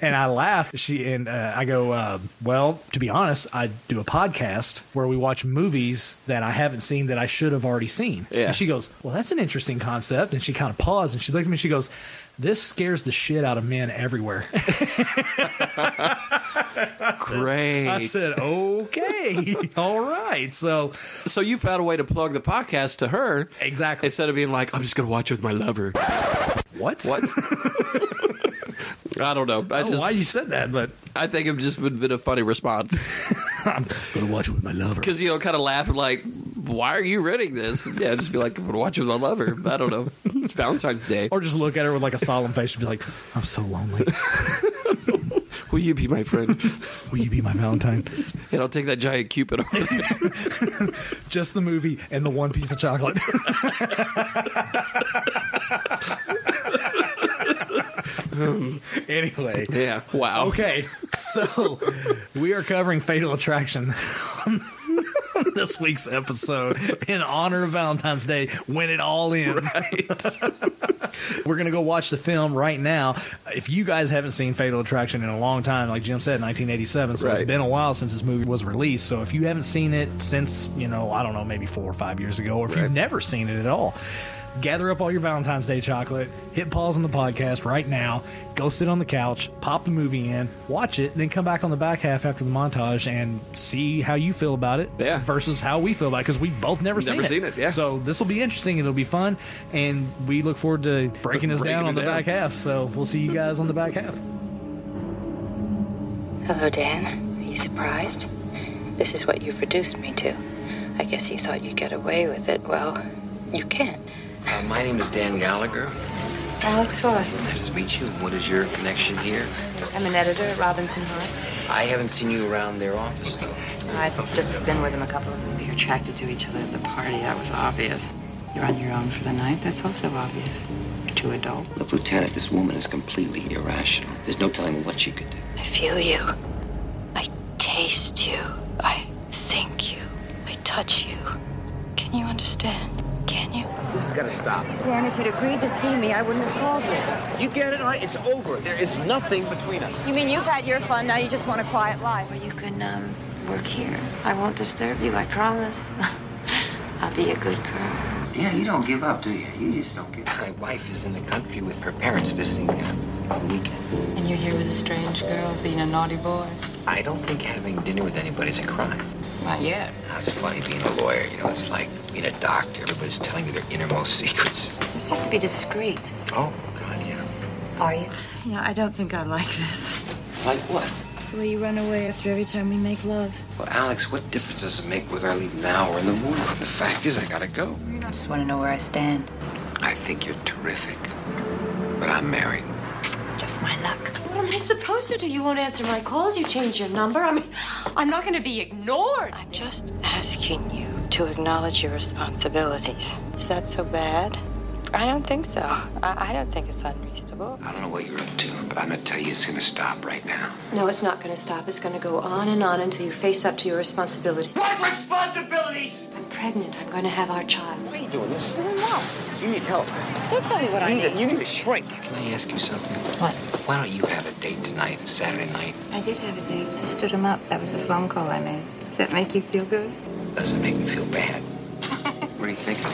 Speaker 3: and I laughed. She and uh, I go, uh, "Well, to be honest, I do a podcast where we watch movies that I haven't seen that I should have already seen."
Speaker 2: Yeah.
Speaker 3: And she goes, "Well, that's an interesting concept." And she kind of paused and she looked at me. and She goes, "This scares the shit out of men everywhere."
Speaker 2: Great.
Speaker 3: I said, okay, all right. So,
Speaker 2: So you found a way to plug the podcast to her.
Speaker 3: Exactly.
Speaker 2: Instead of being like, I'm just going to watch it with my lover.
Speaker 3: what?
Speaker 2: What? I don't know. I
Speaker 3: I don't know
Speaker 2: just,
Speaker 3: Oh, why you said that, but
Speaker 2: I think it just would have been a funny response
Speaker 3: I'm gonna watch it with my lover.
Speaker 2: because you know, kind of laugh and like, why are you renting this? Yeah, just be like, I'm gonna watch it with my lover. I don't know. It's Valentine's Day. Or
Speaker 3: Or just look at her with like a solemn face and be like, I'm so lonely.
Speaker 2: will you be my friend?
Speaker 3: Will you be my Valentine?
Speaker 2: and I'll take that giant cupid over there.
Speaker 3: Just the movie and the one piece of chocolate. anyway.
Speaker 2: yeah. Wow.
Speaker 3: Okay, so we are covering Fatal Attraction on this week's episode in honor of Valentine's Day when it all ends. We're going to go watch the film right now. If you guys haven't seen Fatal Attraction in a long time, like Jim said, 1987, so it's
Speaker 2: Right.
Speaker 3: been a while since this movie was released. So if you haven't seen it since, you know, I don't know, maybe four or five years ago, or if you've never seen it at all, gather up all your Valentine's Day chocolate, hit pause on the podcast right now, go sit on the couch, pop the movie in, watch it, and then come back on the back half after the montage and see how you feel about it
Speaker 2: Yeah.
Speaker 3: versus how we feel about it because we've both never, seen
Speaker 2: Never
Speaker 3: it.
Speaker 2: seen it, yeah.
Speaker 3: So this will be interesting. It'll be fun, and we look forward to breaking this
Speaker 2: Breaking
Speaker 3: down on
Speaker 2: it
Speaker 3: the
Speaker 2: down.
Speaker 3: back half. So we'll see you guys on the back half.
Speaker 11: Hello, Dan. Are you surprised? This is what you've reduced me to. I guess you thought you'd get away with it. Well, you can't.
Speaker 9: Uh, my name is Dan Gallagher.
Speaker 11: Alex Ross.
Speaker 9: Nice to meet you. What is your connection here?
Speaker 11: I'm an editor at Robinson Hart.
Speaker 9: I haven't seen you around their office, though.
Speaker 11: I've just been with him a couple of We were attracted to each other at the party. That was obvious. You're on your own for the night. That's also obvious. You're too adult.
Speaker 9: Look, Lieutenant, this woman is completely irrational. There's no telling what she could do.
Speaker 11: I feel you. I taste you. I think you. I touch you. Can you understand? Can you?
Speaker 9: This has got to stop.
Speaker 11: Dan, if you'd agreed to see me, I wouldn't have called you.
Speaker 9: You get it? All right, it's over. There is nothing between us.
Speaker 11: You mean you've had your fun, now you just want a quiet life? Well, you can um, work here. I won't disturb you, I promise. I'll be a good girl.
Speaker 9: Yeah, you don't give up, do you? You just don't give up. My wife is in the country with her parents visiting them for the weekend.
Speaker 11: And you're here with a strange girl, being a naughty boy.
Speaker 9: I don't think having dinner with anybody's a crime.
Speaker 11: Not yet.
Speaker 9: Now, It's funny being a lawyer, you know, it's like being a doctor. Everybody's telling you their innermost secrets.
Speaker 11: You have to be discreet.
Speaker 9: Oh, God, yeah.
Speaker 11: Are you? Yeah, I don't think I like this.
Speaker 9: Like what?
Speaker 11: way you run away after every time we make love.
Speaker 9: Well, Alex, what difference does it make whether I leave now or in the morning? The fact is, I gotta go.
Speaker 11: I just want to know where I stand.
Speaker 9: I think you're terrific, but I'm married.
Speaker 11: Just my luck.
Speaker 12: What am I supposed to do? You won't answer my calls. You change your number. I mean, I'm not going to be ignored.
Speaker 11: I'm just asking you to acknowledge your responsibilities. Is that so bad? I don't think so. I, I don't think it's unreasonable.
Speaker 9: I don't know what you're up to, but I'm gonna tell you it's gonna stop right now.
Speaker 12: No, it's not going to stop. It's going to go on and on until you face up to your responsibilities.
Speaker 9: What responsibilities?
Speaker 12: I'm pregnant. I'm going to have our child.
Speaker 9: What are you doing? This
Speaker 11: Doing what?
Speaker 9: you need help.
Speaker 11: Don't tell me what I
Speaker 9: You need,
Speaker 11: need.
Speaker 9: a, you need a shrink. Can I ask you something?
Speaker 11: What?
Speaker 9: Why don't you have a date tonight, Saturday night?
Speaker 11: I did have a date. I stood him up. That was the phone call I made. Does that make you feel good?
Speaker 9: Doesn't make me feel bad. what do you think?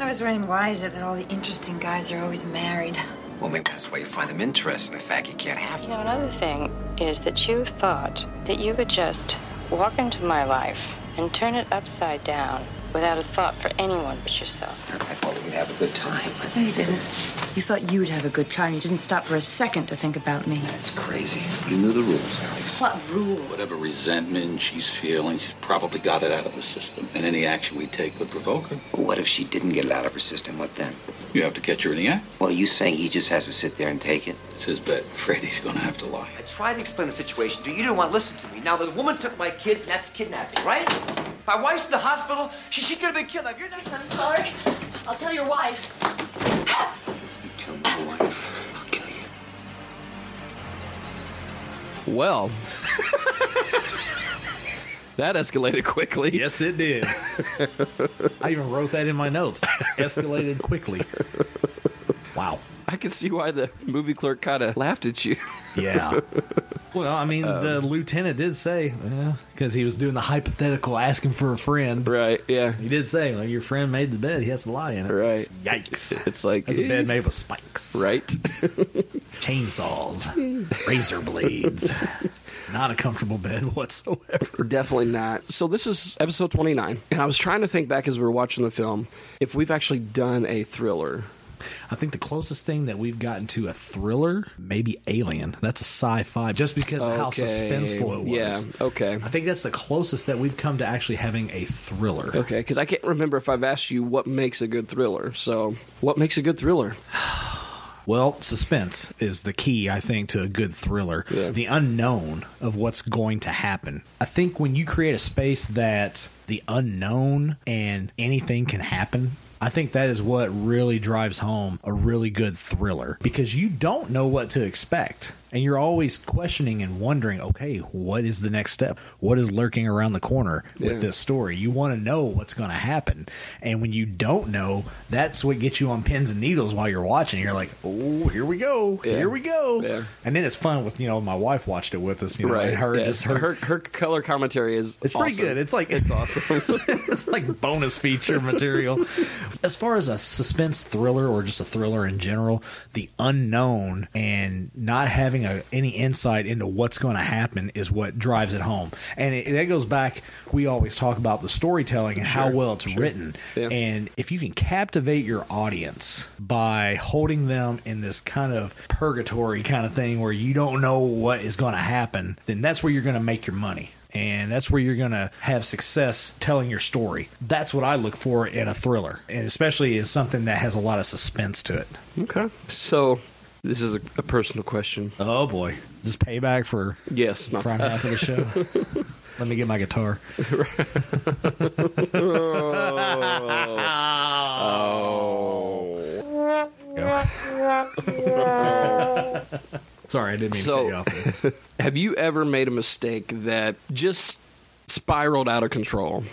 Speaker 11: I was running wiser that all the interesting guys are always married.
Speaker 9: Well, maybe that's why you find them interesting. The fact you can't have
Speaker 11: You know, another thing is that you thought that you could just walk into my life and turn it upside down without a thought for anyone but yourself.
Speaker 9: I thought we would have a good time.
Speaker 11: No, you didn't. You thought you'd have a good time. You didn't stop for a second to think about me.
Speaker 9: That's crazy. You knew the rules, Alex.
Speaker 11: What rule?
Speaker 13: Whatever resentment she's feeling, she's probably got it out of her system, and any action we take could provoke her.
Speaker 9: What if she didn't get it out of her system? What then?
Speaker 13: You have to catch her in the act.
Speaker 9: Well, you saying he just has to sit there and take it?
Speaker 13: It's his bet. Freddie's gonna have to lie.
Speaker 14: I tried to explain the situation to you. You didn't want to listen to me. Now, the woman took my kid, and that's kidnapping, right? My wife's in the hospital. She, she could have been kidnapped. You're not
Speaker 12: I'm sorry. I'll tell your wife.
Speaker 9: Tell my wife. I'll kill you. Well, that escalated quickly.
Speaker 3: Yes, it did. I even wrote that in my notes. Escalated quickly. Wow.
Speaker 2: I can see why the movie clerk kind of laughed at you.
Speaker 3: Yeah. Well, I mean,
Speaker 2: Um,
Speaker 3: the lieutenant did say, because he was doing the hypothetical asking for a friend.
Speaker 2: Right, yeah.
Speaker 3: He did say, well, your friend made the bed. He has to lie in it.
Speaker 2: Right.
Speaker 3: Yikes.
Speaker 2: It's like
Speaker 3: That's a bed
Speaker 2: eh,
Speaker 3: made with spikes,
Speaker 2: Right.
Speaker 3: chainsaws, razor blades. Not a comfortable bed whatsoever.
Speaker 2: Definitely not. So this is episode 29, and I was trying to think back as we were watching the film if we've actually done a thriller.
Speaker 3: I think the closest thing that we've gotten to a thriller, maybe Alien. That's a sci-fi, just because of how
Speaker 2: Okay.
Speaker 3: suspenseful it was.
Speaker 2: Yeah, okay.
Speaker 3: I think that's the closest that we've come to actually having a thriller.
Speaker 2: Okay, because I can't remember if I've asked you what makes a good thriller. So, what makes a good thriller?
Speaker 3: Well, suspense is the key, I think, to a good thriller.
Speaker 2: Yeah.
Speaker 3: The unknown of what's going to happen. I think when you create a space that the unknown and anything can happen, I think that is what really drives home a really good thriller because you don't know what to expect. And you're always questioning and wondering, okay, what is the next step? What is lurking around the corner
Speaker 2: Yeah.
Speaker 3: with this story? You want to know what's going to happen. And when you don't know, that's what gets you on pins and needles while you're watching. You're like, oh, here we go.
Speaker 2: Yeah.
Speaker 3: Here we go.
Speaker 2: Yeah.
Speaker 3: And then it's fun with, you know, my wife watched it with us, you know, and her
Speaker 2: yeah.
Speaker 3: just her.
Speaker 2: her color commentary is
Speaker 3: it's pretty
Speaker 2: awesome.
Speaker 3: good. It's like it's awesome. it's like bonus feature material. As far as a suspense thriller or just a thriller in general, the unknown and not having a, any insight into what's going to happen is what drives it home. And it, that goes back. We always talk about the storytelling and how
Speaker 2: Sure,
Speaker 3: well it's
Speaker 2: sure.
Speaker 3: written.
Speaker 2: Yeah.
Speaker 3: And if you can captivate your audience by holding them in this kind of purgatory kind of thing where you don't know what is going to happen, then that's where you're going to make your money. And that's where you're going to have success telling your story. That's what I look for in a thriller, and especially in something that has a lot of suspense to it.
Speaker 2: Okay. So, this is a, a personal question.
Speaker 3: Oh boy. Is this payback for
Speaker 2: Yes, not-
Speaker 3: front half of the show? Let me get my guitar. Oh. Sorry, I didn't mean
Speaker 2: So-
Speaker 3: to cut you off.
Speaker 2: Have you ever made a mistake that just spiraled out of control?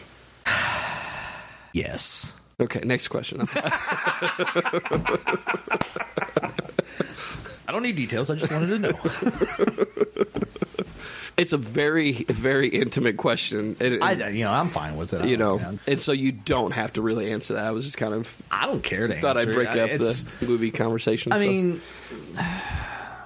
Speaker 3: yes.
Speaker 2: Okay, next question.
Speaker 3: I don't need details. I just wanted to know.
Speaker 2: it's a very, very intimate question. and-
Speaker 3: I, you know, I'm fine with it. I
Speaker 2: you know,
Speaker 3: don't-
Speaker 2: and so you don't have to really answer that. I was just kind of
Speaker 3: I don't care to
Speaker 2: thought
Speaker 3: answer
Speaker 2: I'd break
Speaker 3: it.
Speaker 2: up
Speaker 3: It's-
Speaker 2: the movie conversation.
Speaker 3: I
Speaker 2: so-
Speaker 3: mean,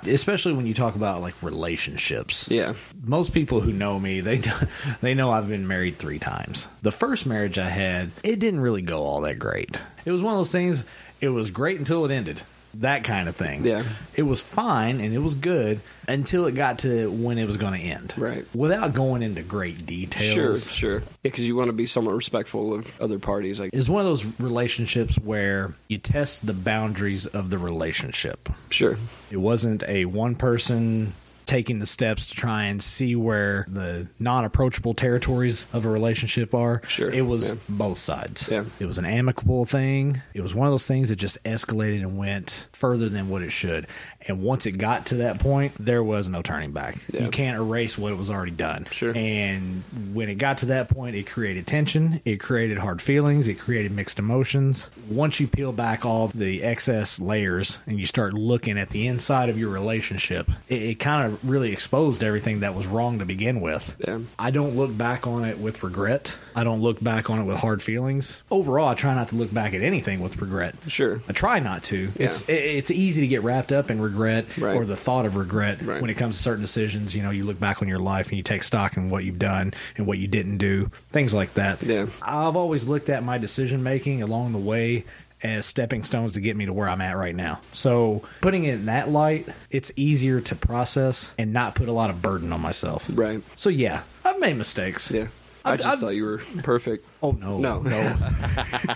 Speaker 3: especially when you talk about like relationships.
Speaker 2: yeah,
Speaker 3: Most people who know me, they know, they know I've been married three times. The first marriage I had, it didn't really go all that great. It was one of those things. It was great until it ended. that kind of thing.
Speaker 2: Yeah.
Speaker 3: It was fine and it was good until it got to when it was going to end.
Speaker 2: Right.
Speaker 3: Without going into great details.
Speaker 2: Sure, sure. Yeah, because you want to be somewhat respectful of other parties. Like,
Speaker 3: It's one of those relationships where you test the boundaries of the relationship.
Speaker 2: Sure.
Speaker 3: It wasn't a one person taking the steps to try and see where the non-approachable territories of a relationship are.
Speaker 2: Sure.
Speaker 3: It was
Speaker 2: Yeah.
Speaker 3: both sides.
Speaker 2: Yeah.
Speaker 3: It was an amicable thing. It was one of those things that just escalated and went further than what it should. And once it got to that point, there was no turning back.
Speaker 2: Yeah.
Speaker 3: You can't erase what was already done.
Speaker 2: Sure.
Speaker 3: And when it got to that point, it created tension, it created hard feelings, it created mixed emotions. Once you peel back all the excess layers and you start looking at the inside of your relationship, it, it kind of really exposed everything that was wrong to begin with.
Speaker 2: Yeah.
Speaker 3: I don't look back on it with regret. I don't look back on it with hard feelings. Overall, I try not to look back at anything with regret.
Speaker 2: Sure.
Speaker 3: I try not to.
Speaker 2: Yeah.
Speaker 3: It's it, it's easy to get wrapped up in regret
Speaker 2: Right.
Speaker 3: or the thought of regret
Speaker 2: Right.
Speaker 3: when it comes to certain decisions. You know, you look back on your life and you take stock in what you've done and what you didn't do, things like that.
Speaker 2: Yeah.
Speaker 3: I've always looked at my decision making along the way as stepping stones to get me to where I'm at right now. So, putting it in that light, it's easier to process and not put a lot of burden on myself.
Speaker 2: Right.
Speaker 3: So, yeah, I've made mistakes.
Speaker 2: Yeah. i
Speaker 3: I've-
Speaker 2: just
Speaker 3: I've-
Speaker 2: thought you were perfect.
Speaker 3: Oh no.
Speaker 2: No.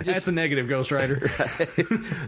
Speaker 3: That's a negative ghostwriter.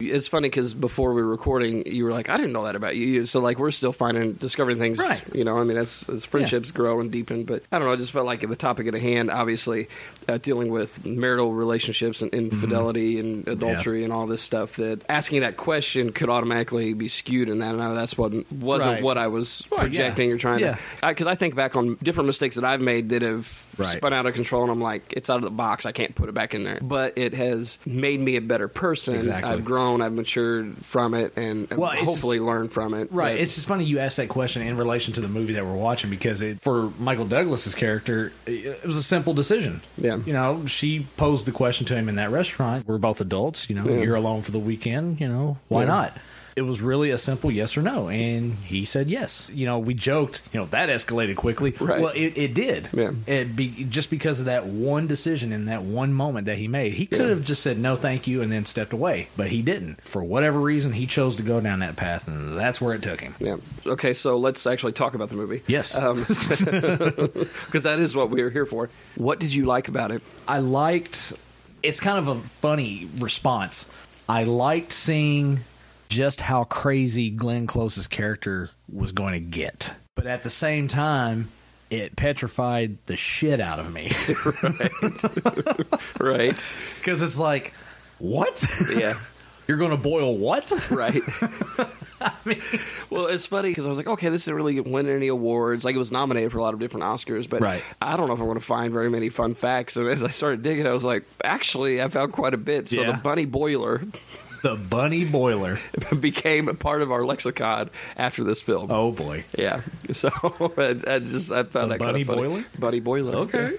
Speaker 2: It's funny because before we were recording, you were like, "I didn't know that about you." So like, we're still finding, discovering things.
Speaker 3: Right.
Speaker 2: You know, I mean, that's as friendships grow and deepen. But I don't know. I just felt like the topic at hand, obviously, uh, dealing with marital relationships and
Speaker 3: Mm-hmm.
Speaker 2: infidelity and adultery and all this stuff. That asking that question could automatically be skewed in that, and I- that's what wasn't
Speaker 3: Right.
Speaker 2: what I was
Speaker 3: Right, yeah.
Speaker 2: projecting or trying
Speaker 3: Yeah.
Speaker 2: to. Because I think back on different mistakes that I've made that have
Speaker 3: Right.
Speaker 2: spun out of control, and I'm like, it's out of the box. I can't put it back in there. But it has made me a better person.
Speaker 3: Exactly.
Speaker 2: I've grown. I've matured from it, and, and
Speaker 3: Well, it's
Speaker 2: hopefully
Speaker 3: just-
Speaker 2: learned from it.
Speaker 3: Right.
Speaker 2: But-
Speaker 3: It's just funny you asked that question in relation to the movie that we're watching because it, for Michael Douglas's character, it it was a simple decision.
Speaker 2: Yeah.
Speaker 3: You know, she posed the question to him in that restaurant. We're both adults. You know,
Speaker 2: Yeah.
Speaker 3: you're alone for the weekend. You know, why
Speaker 2: Yeah.
Speaker 3: not? It was really a simple yes or no, and he said yes. You know, we joked. You know, that escalated quickly.
Speaker 2: Right.
Speaker 3: Well, it, it did.
Speaker 2: Yeah.
Speaker 3: It be, just because of that one decision in that one moment that he made, he could
Speaker 2: Yeah.
Speaker 3: have just said no, thank you, and then stepped away. But he didn't. For whatever reason, he chose to go down that path, and that's where it took him.
Speaker 2: yeah. Okay, so let's actually talk about the movie.
Speaker 3: Yes.
Speaker 2: Because that is what we are here for. What did you like about it?
Speaker 3: I liked. It's kind of a funny response. I liked seeing just how crazy Glenn Close's character was going to get, but at the same time, it petrified the shit out of me
Speaker 2: Right.
Speaker 3: because it's like, what?
Speaker 2: yeah.
Speaker 3: You're going to boil what?
Speaker 2: Right. well, it's funny because I was like, okay, this didn't really win any awards. Like, it was nominated for a lot of different Oscars, but
Speaker 3: Right.
Speaker 2: I don't know if I'm going to find very many fun facts. And as I started digging, I was like, actually, I found quite a bit. So
Speaker 3: Yeah.
Speaker 2: the bunny boiler
Speaker 3: The bunny boiler.
Speaker 2: became a part of our lexicon after this film.
Speaker 3: Oh boy.
Speaker 2: Yeah, so I, I just I found
Speaker 3: The
Speaker 2: that kind
Speaker 3: bunny
Speaker 2: of funny.
Speaker 3: boiler?
Speaker 2: Bunny boiler. Okay.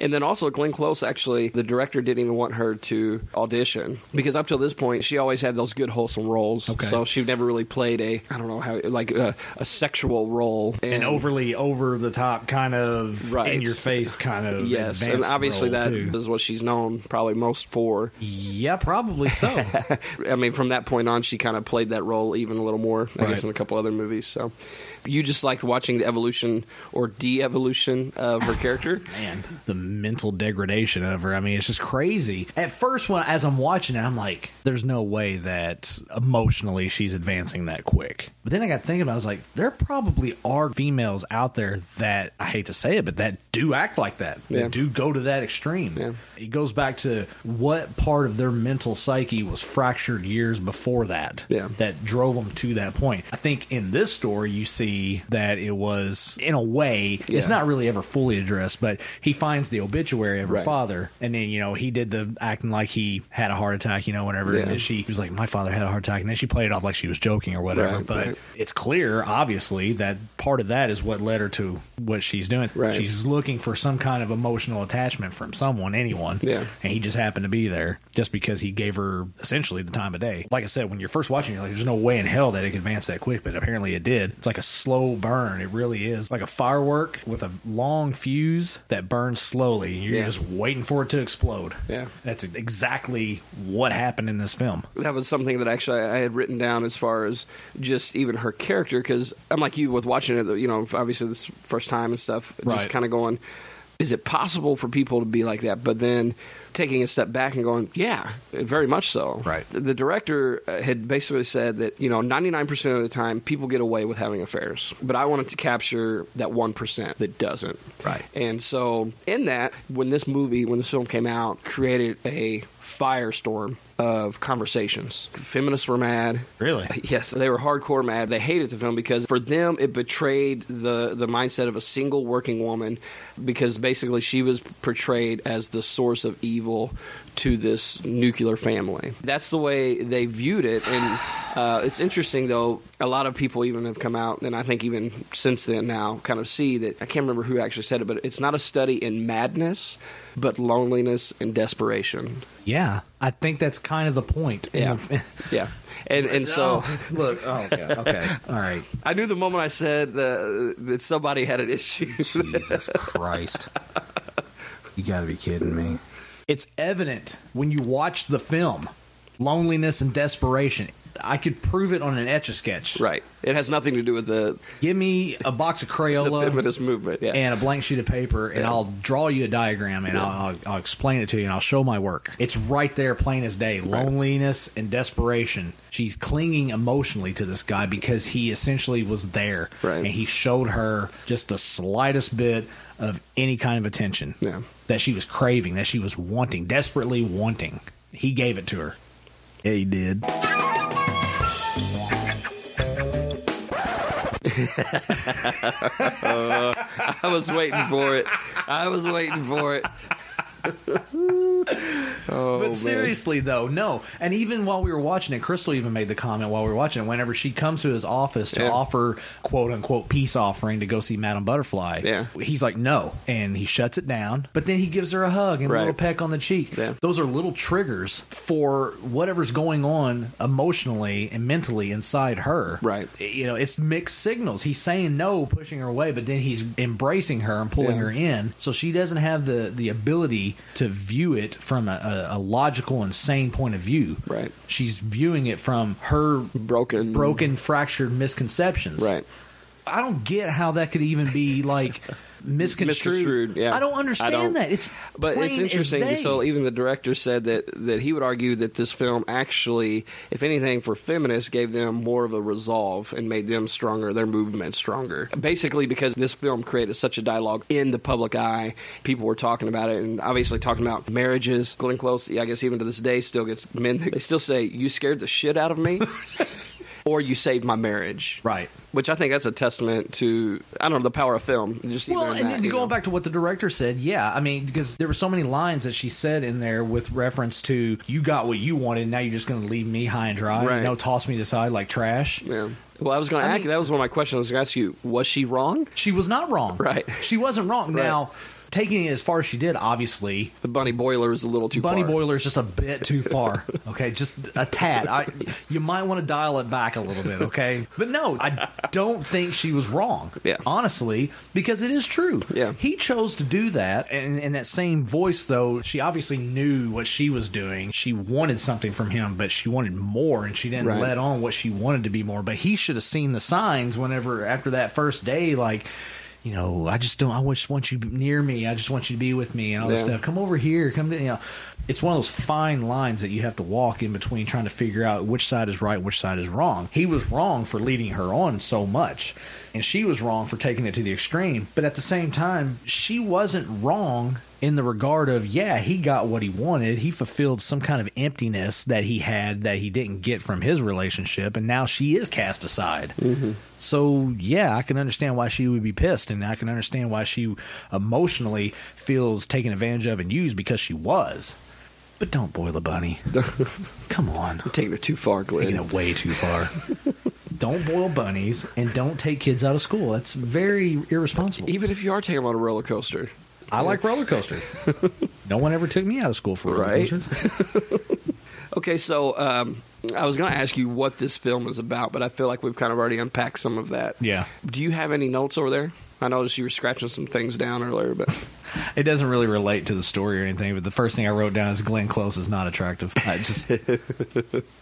Speaker 2: and then also Glenn Close actually, the director didn't even want her to audition because up till this point she always had those good wholesome roles.
Speaker 3: Okay.
Speaker 2: So she never really played a I don't know how like a, a sexual role and,
Speaker 3: An overly over the top kind of
Speaker 2: Right.
Speaker 3: in your face kind of
Speaker 2: Yes, and
Speaker 3: advanced
Speaker 2: obviously
Speaker 3: role,
Speaker 2: that is
Speaker 3: too.
Speaker 2: what she's known probably most for.
Speaker 3: yeah probably so
Speaker 2: I mean, from that point on, she kind of played that role even a little more, I
Speaker 3: Right.
Speaker 2: guess, in a couple other movies. So, you just liked watching the evolution or de-evolution of her character.
Speaker 3: man, the mental degradation of her. I mean, it's just crazy. At first, when as I'm watching it, I'm like, "There's no way that emotionally she's advancing that quick." But then I got thinking, about it, I was like, "There probably are females out there that I hate to say it, but that do act like that.
Speaker 2: Yeah.
Speaker 3: That do go to that extreme."
Speaker 2: Yeah.
Speaker 3: It goes back to what part of their mental psyche was fractured years before that.
Speaker 2: Yeah.
Speaker 3: that drove them to that point. I think in this story, you see that it was in a way. It's
Speaker 2: Yeah.
Speaker 3: not really ever fully addressed, but he finds the obituary of her
Speaker 2: Right.
Speaker 3: father, and then you know he did the acting like he had a heart attack, you know, whenever.
Speaker 2: Yeah.
Speaker 3: And then she was like, "My father had a heart attack," and then she played it off like she was joking or whatever.
Speaker 2: Right,
Speaker 3: but
Speaker 2: right.
Speaker 3: it's clear, obviously, that part of that is what led her to what she's doing.
Speaker 2: Right.
Speaker 3: She's looking for some kind of emotional attachment from someone, anyone.
Speaker 2: Yeah.
Speaker 3: and he just happened to be there just because he gave her essentially the time of day. Like I said, when you're first watching, you're like, "There's no way in hell that it could advance that quick," but apparently it did. It's like a slow burn. It really is like a firework with a long fuse that burns burns slowly. You're
Speaker 2: Yeah.
Speaker 3: just waiting for it to explode.
Speaker 2: Yeah.
Speaker 3: That's exactly what happened in this film.
Speaker 2: that was something that actually I had written down as far as just even her character because I'm like you with watching it, you know, obviously this first time and stuff,
Speaker 3: Right.
Speaker 2: just kind of going, is it possible for people to be like that? But then taking a step back and going, yeah, very much so. Right. The, the director uh, had basically said that you know 99% of the time people get away with having affairs, but I wanted to capture that one percent that doesn't. Right. And so in that, when this movie, when this film came out, created a firestorm of conversations. Feminists were mad. Really? Yes, they were hardcore mad. They hated the film because for them it betrayed the the mindset of a single working woman because basically she was portrayed as the source of evil to this nuclear family. That's the way they viewed it and uh, it's interesting though a lot of people even have come out and I think even since then now kind of see that I can't remember who actually said it but it's not a study in madness but loneliness and desperation.
Speaker 3: Yeah, I think that's kind of the point.
Speaker 2: Yeah. yeah. And and so
Speaker 3: look, oh, yeah, okay, all right.
Speaker 2: I knew the moment I said the, that somebody had an issue. Jesus
Speaker 3: Christ. You got to be kidding me. It's evident when you watch the film loneliness and desperation. I could prove it on an etch a sketch.
Speaker 2: Right. It has nothing to do with the.
Speaker 3: Give me a box of Crayola.
Speaker 2: The feminist movement, yeah.
Speaker 3: And a blank sheet of paper, and
Speaker 2: Yeah.
Speaker 3: I'll draw you a diagram and I'll, I'll, I'll explain it to you and I'll show my work. It's right there, plain as day. Loneliness and desperation. She's clinging emotionally to this guy because he essentially was there. Right. And he showed her just the slightest bit of any kind of attention yeah. that she was craving, that she was wanting, desperately wanting. He gave it to her. Yeah, he did.
Speaker 2: I was waiting for it. I was waiting for it. oh,
Speaker 3: but
Speaker 2: man.
Speaker 3: seriously though, no. And even while we were watching it, Crystal even made the comment while we were watching it. Whenever she comes to his office to
Speaker 2: Yeah.
Speaker 3: offer quote unquote peace offering to go see Madame Butterfly, yeah. he's like no, and he shuts it down. But then he gives her a hug and a
Speaker 2: Right.
Speaker 3: little peck on the cheek. Those are little triggers for whatever's going on emotionally and mentally inside her. Right. You know, it's mixed signals. He's saying no, pushing her away, but then he's embracing her and pulling
Speaker 2: Yeah.
Speaker 3: her in. So she doesn't have the the ability to view it from a, a, a logical and sane point of view. Right. She's viewing it from her
Speaker 2: broken,
Speaker 3: broken, fractured misconceptions.
Speaker 2: Right.
Speaker 3: I don't get how that could even be like misconstrued.
Speaker 2: Misconstrued, yeah.
Speaker 3: I don't
Speaker 2: I
Speaker 3: understand
Speaker 2: don't.
Speaker 3: that. It's
Speaker 2: But
Speaker 3: plain
Speaker 2: it's
Speaker 3: as
Speaker 2: interesting.
Speaker 3: day.
Speaker 2: So even the director said that that he would argue that this film actually, if anything, for feminists, gave them more of a resolve and made them stronger, their movement stronger. Basically, because this film created such a dialogue in the public eye, people were talking about it, and obviously talking about marriages. Glenn Close, I guess, even to this day, still gets men. They still say, "You scared the shit out of me." Or you saved my marriage,
Speaker 3: right?
Speaker 2: Which I think that's a testament to I don't know the power of film. Just
Speaker 3: Well,
Speaker 2: even in
Speaker 3: and
Speaker 2: that,
Speaker 3: then
Speaker 2: you
Speaker 3: going
Speaker 2: know.
Speaker 3: back to what the director said, yeah, I mean, because there were so many lines that she said in there with reference to you got what you wanted, now you're just going to leave me high and dry,
Speaker 2: Right.
Speaker 3: you know, toss me to the side like trash.
Speaker 2: Yeah. Well, I was going to ask. that was one of my questions. I was going to ask you, was she wrong?
Speaker 3: She was not wrong.
Speaker 2: Right.
Speaker 3: She wasn't wrong.
Speaker 2: Right.
Speaker 3: Now, taking it as far as she did, obviously,
Speaker 2: the bunny boiler is a little too
Speaker 3: bunny
Speaker 2: far.
Speaker 3: boiler is just a bit too far. Okay, just a tad. I, you might want to dial it back a little bit. Okay, but no, I don't think she was wrong. Yeah, honestly, because it is true. Yeah, he chose to do that, and in that same voice, though, she obviously knew what she was doing. She wanted something from him, but she wanted more, and she didn't
Speaker 2: Right.
Speaker 3: let on what she wanted to be more. But he should have seen the signs whenever after that first day, like. You know, I just don't. I just want you near me. I just want you to be with me, and all this
Speaker 2: Yeah.
Speaker 3: stuff. Come over here. Come to you know. It's one of those fine lines that you have to walk in between trying to figure out which side is right, which side is wrong. He was wrong for leading her on so much, and she was wrong for taking it to the extreme. But at the same time, she wasn't wrong in the regard of, yeah, he got what he wanted. He fulfilled some kind of emptiness that he had that he didn't get from his relationship, and now she is cast aside. So, yeah, I can understand why she would be pissed, and I can understand why she emotionally feels taken advantage of and used because she was. But don't boil the bunny. Come on. You're
Speaker 2: taking it too far, Glenn.
Speaker 3: Taking it way too far. don't boil bunnies and don't take kids out of school. That's very irresponsible.
Speaker 2: Even if you are taking them on a roller coaster.
Speaker 3: I like roller coasters. no one ever took me out of school for roller
Speaker 2: Right.
Speaker 3: coasters.
Speaker 2: Okay, so um, I was going to ask you what this film is about, but I feel like we've kind of already unpacked some of that.
Speaker 3: Yeah.
Speaker 2: Do you have any notes over there? I noticed you were scratching some things down earlier, but
Speaker 3: it doesn't really relate to the story or anything. But the first thing I wrote down is Glenn Close is not attractive. I just,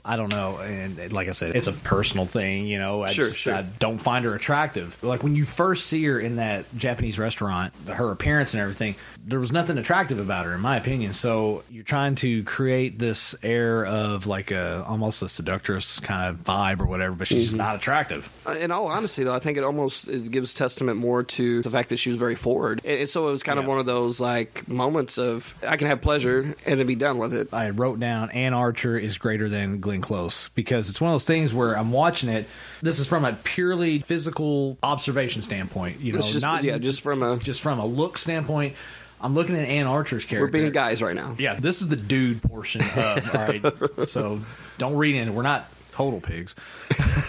Speaker 3: I don't know. And like I said, it's a personal thing. You know, I
Speaker 2: Sure,
Speaker 3: just
Speaker 2: sure.
Speaker 3: I don't find her attractive. Like when you first see her in that Japanese restaurant, her appearance and everything, there was nothing attractive about her, in my opinion. So you're trying to create this air of like a almost a seductress kind of vibe or whatever, but she's
Speaker 2: Mhm.
Speaker 3: not attractive.
Speaker 2: Uh, In all honesty, though, I think it almost it gives testament more to the fact that she was very forward, and, and so it was kind of one of those like moments of I can have pleasure and then be done with it.
Speaker 3: I wrote down Ann Archer is greater than Glenn Close because it's one of those things where I'm watching it. This is from a purely physical observation standpoint, you know,
Speaker 2: It's just-
Speaker 3: not
Speaker 2: yeah, just from a
Speaker 3: just from a look standpoint. I'm looking at Ann Archer's character.
Speaker 2: We're being guys right now.
Speaker 3: Yeah, this is the dude portion of all right. So don't read in. We're not total pigs.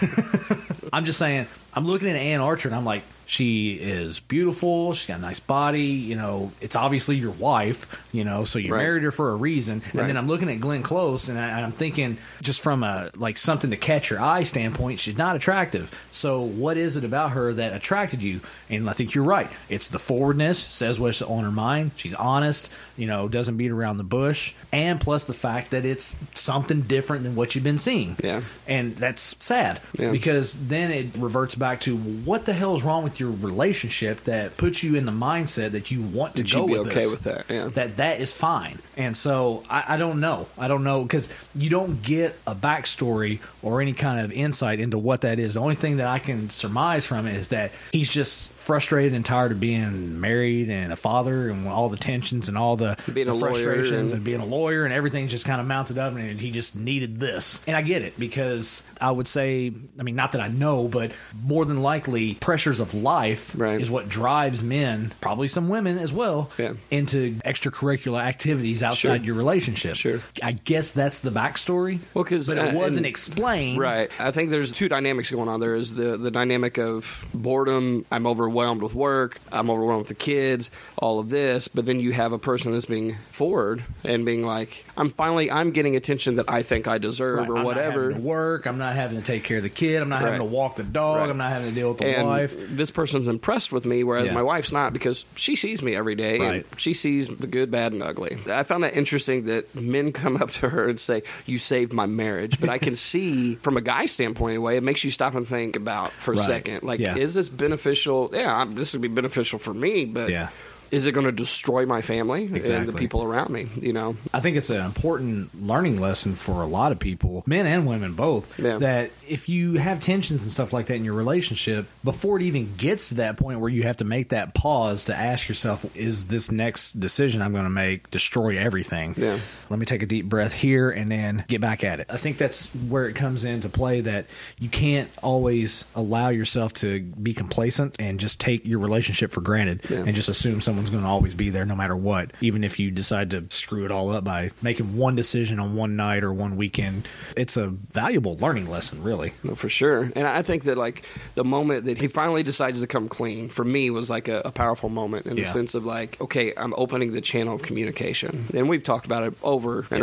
Speaker 3: I'm just saying. I'm looking at Ann Archer and I'm like, she is beautiful. She's got a nice body. You know, it's obviously your wife. You know, so you
Speaker 2: Right.
Speaker 3: married her for a reason. And
Speaker 2: Right.
Speaker 3: then I'm looking at Glenn Close and, I, and I'm thinking, just from a like something to catch your eye standpoint, she's not attractive. So what is it about her that attracted you? And I think you're right. It's the forwardness. Says what's on her mind. She's honest. You know, doesn't beat around the bush. And plus the fact that it's something different than what you've been seeing. Yeah. And that's sad
Speaker 2: Yeah.
Speaker 3: because then it reverts back to what the hell is wrong with your relationship that puts you in the mindset that you want to
Speaker 2: That
Speaker 3: go
Speaker 2: you'd be
Speaker 3: with
Speaker 2: okay
Speaker 3: this.
Speaker 2: with that, yeah.
Speaker 3: that that is fine and so i, I don't know i don't know because you don't get a backstory or any kind of insight into what that is the only thing that i can surmise from it is that he's just frustrated and tired of being married and a father and all the tensions and all the,
Speaker 2: Being
Speaker 3: the
Speaker 2: a lawyer
Speaker 3: frustrations
Speaker 2: and-
Speaker 3: and being a lawyer and everything just kind of mounted up and he just needed this. And I get it because I would say, I mean, not that I know, but more than likely pressures of life is what drives men, probably some women as well, into extracurricular activities outside
Speaker 2: Sure.
Speaker 3: your relationship. Sure. I guess that's the backstory.
Speaker 2: Well, because
Speaker 3: But it wasn't explained,
Speaker 2: right? I think there's two dynamics going on. There is the the dynamic of boredom. I'm overwhelmed with work. I'm overwhelmed with the kids. All of this, but then you have a person that's being forward and being like, "I'm finally, I'm getting attention that I think I deserve,
Speaker 3: Right,
Speaker 2: or
Speaker 3: I'm not
Speaker 2: whatever."
Speaker 3: having to work. I'm not having to take care of the kid. I'm not having
Speaker 2: Right.
Speaker 3: to walk the dog.
Speaker 2: Right.
Speaker 3: I'm not having to deal with the
Speaker 2: and
Speaker 3: wife.
Speaker 2: this person's impressed with me, whereas
Speaker 3: Yeah.
Speaker 2: my wife's not because she sees me every day
Speaker 3: Right.
Speaker 2: and she sees the good, bad, and ugly. I found that interesting that men come up to her and say, "You saved my marriage," but I can see from a guy standpoint anyway, it makes you stop and think about for a
Speaker 3: Right.
Speaker 2: second, like,
Speaker 3: Yeah.
Speaker 2: is this beneficial? Yeah, I'm, this would be beneficial for me, but
Speaker 3: Yeah.
Speaker 2: is it going to destroy my family and the
Speaker 3: Exactly.
Speaker 2: people around me? You know,
Speaker 3: I think it's an important learning lesson for a lot of people, men and women both,
Speaker 2: Yeah.
Speaker 3: that if you have tensions and stuff like that in your relationship, before it even gets to that point where you have to make that pause to ask yourself, is this next decision I'm going to make destroy everything? Yeah. Let me take a deep breath here and then get back at it. I think that's where it comes into play that you can't always allow yourself to be complacent and just take your relationship for granted
Speaker 2: Yeah.
Speaker 3: and just assume someone's going to always be there no matter what, even if you decide to screw it all up by making one decision on one night or one weekend. It's a valuable learning lesson, really.
Speaker 2: No, for sure. And I think that like the moment that he finally decides to come clean for me was like a, a powerful moment in
Speaker 3: Yeah.
Speaker 2: the sense of like, okay, I'm opening the channel of communication. And we've talked about it over and
Speaker 3: Yes.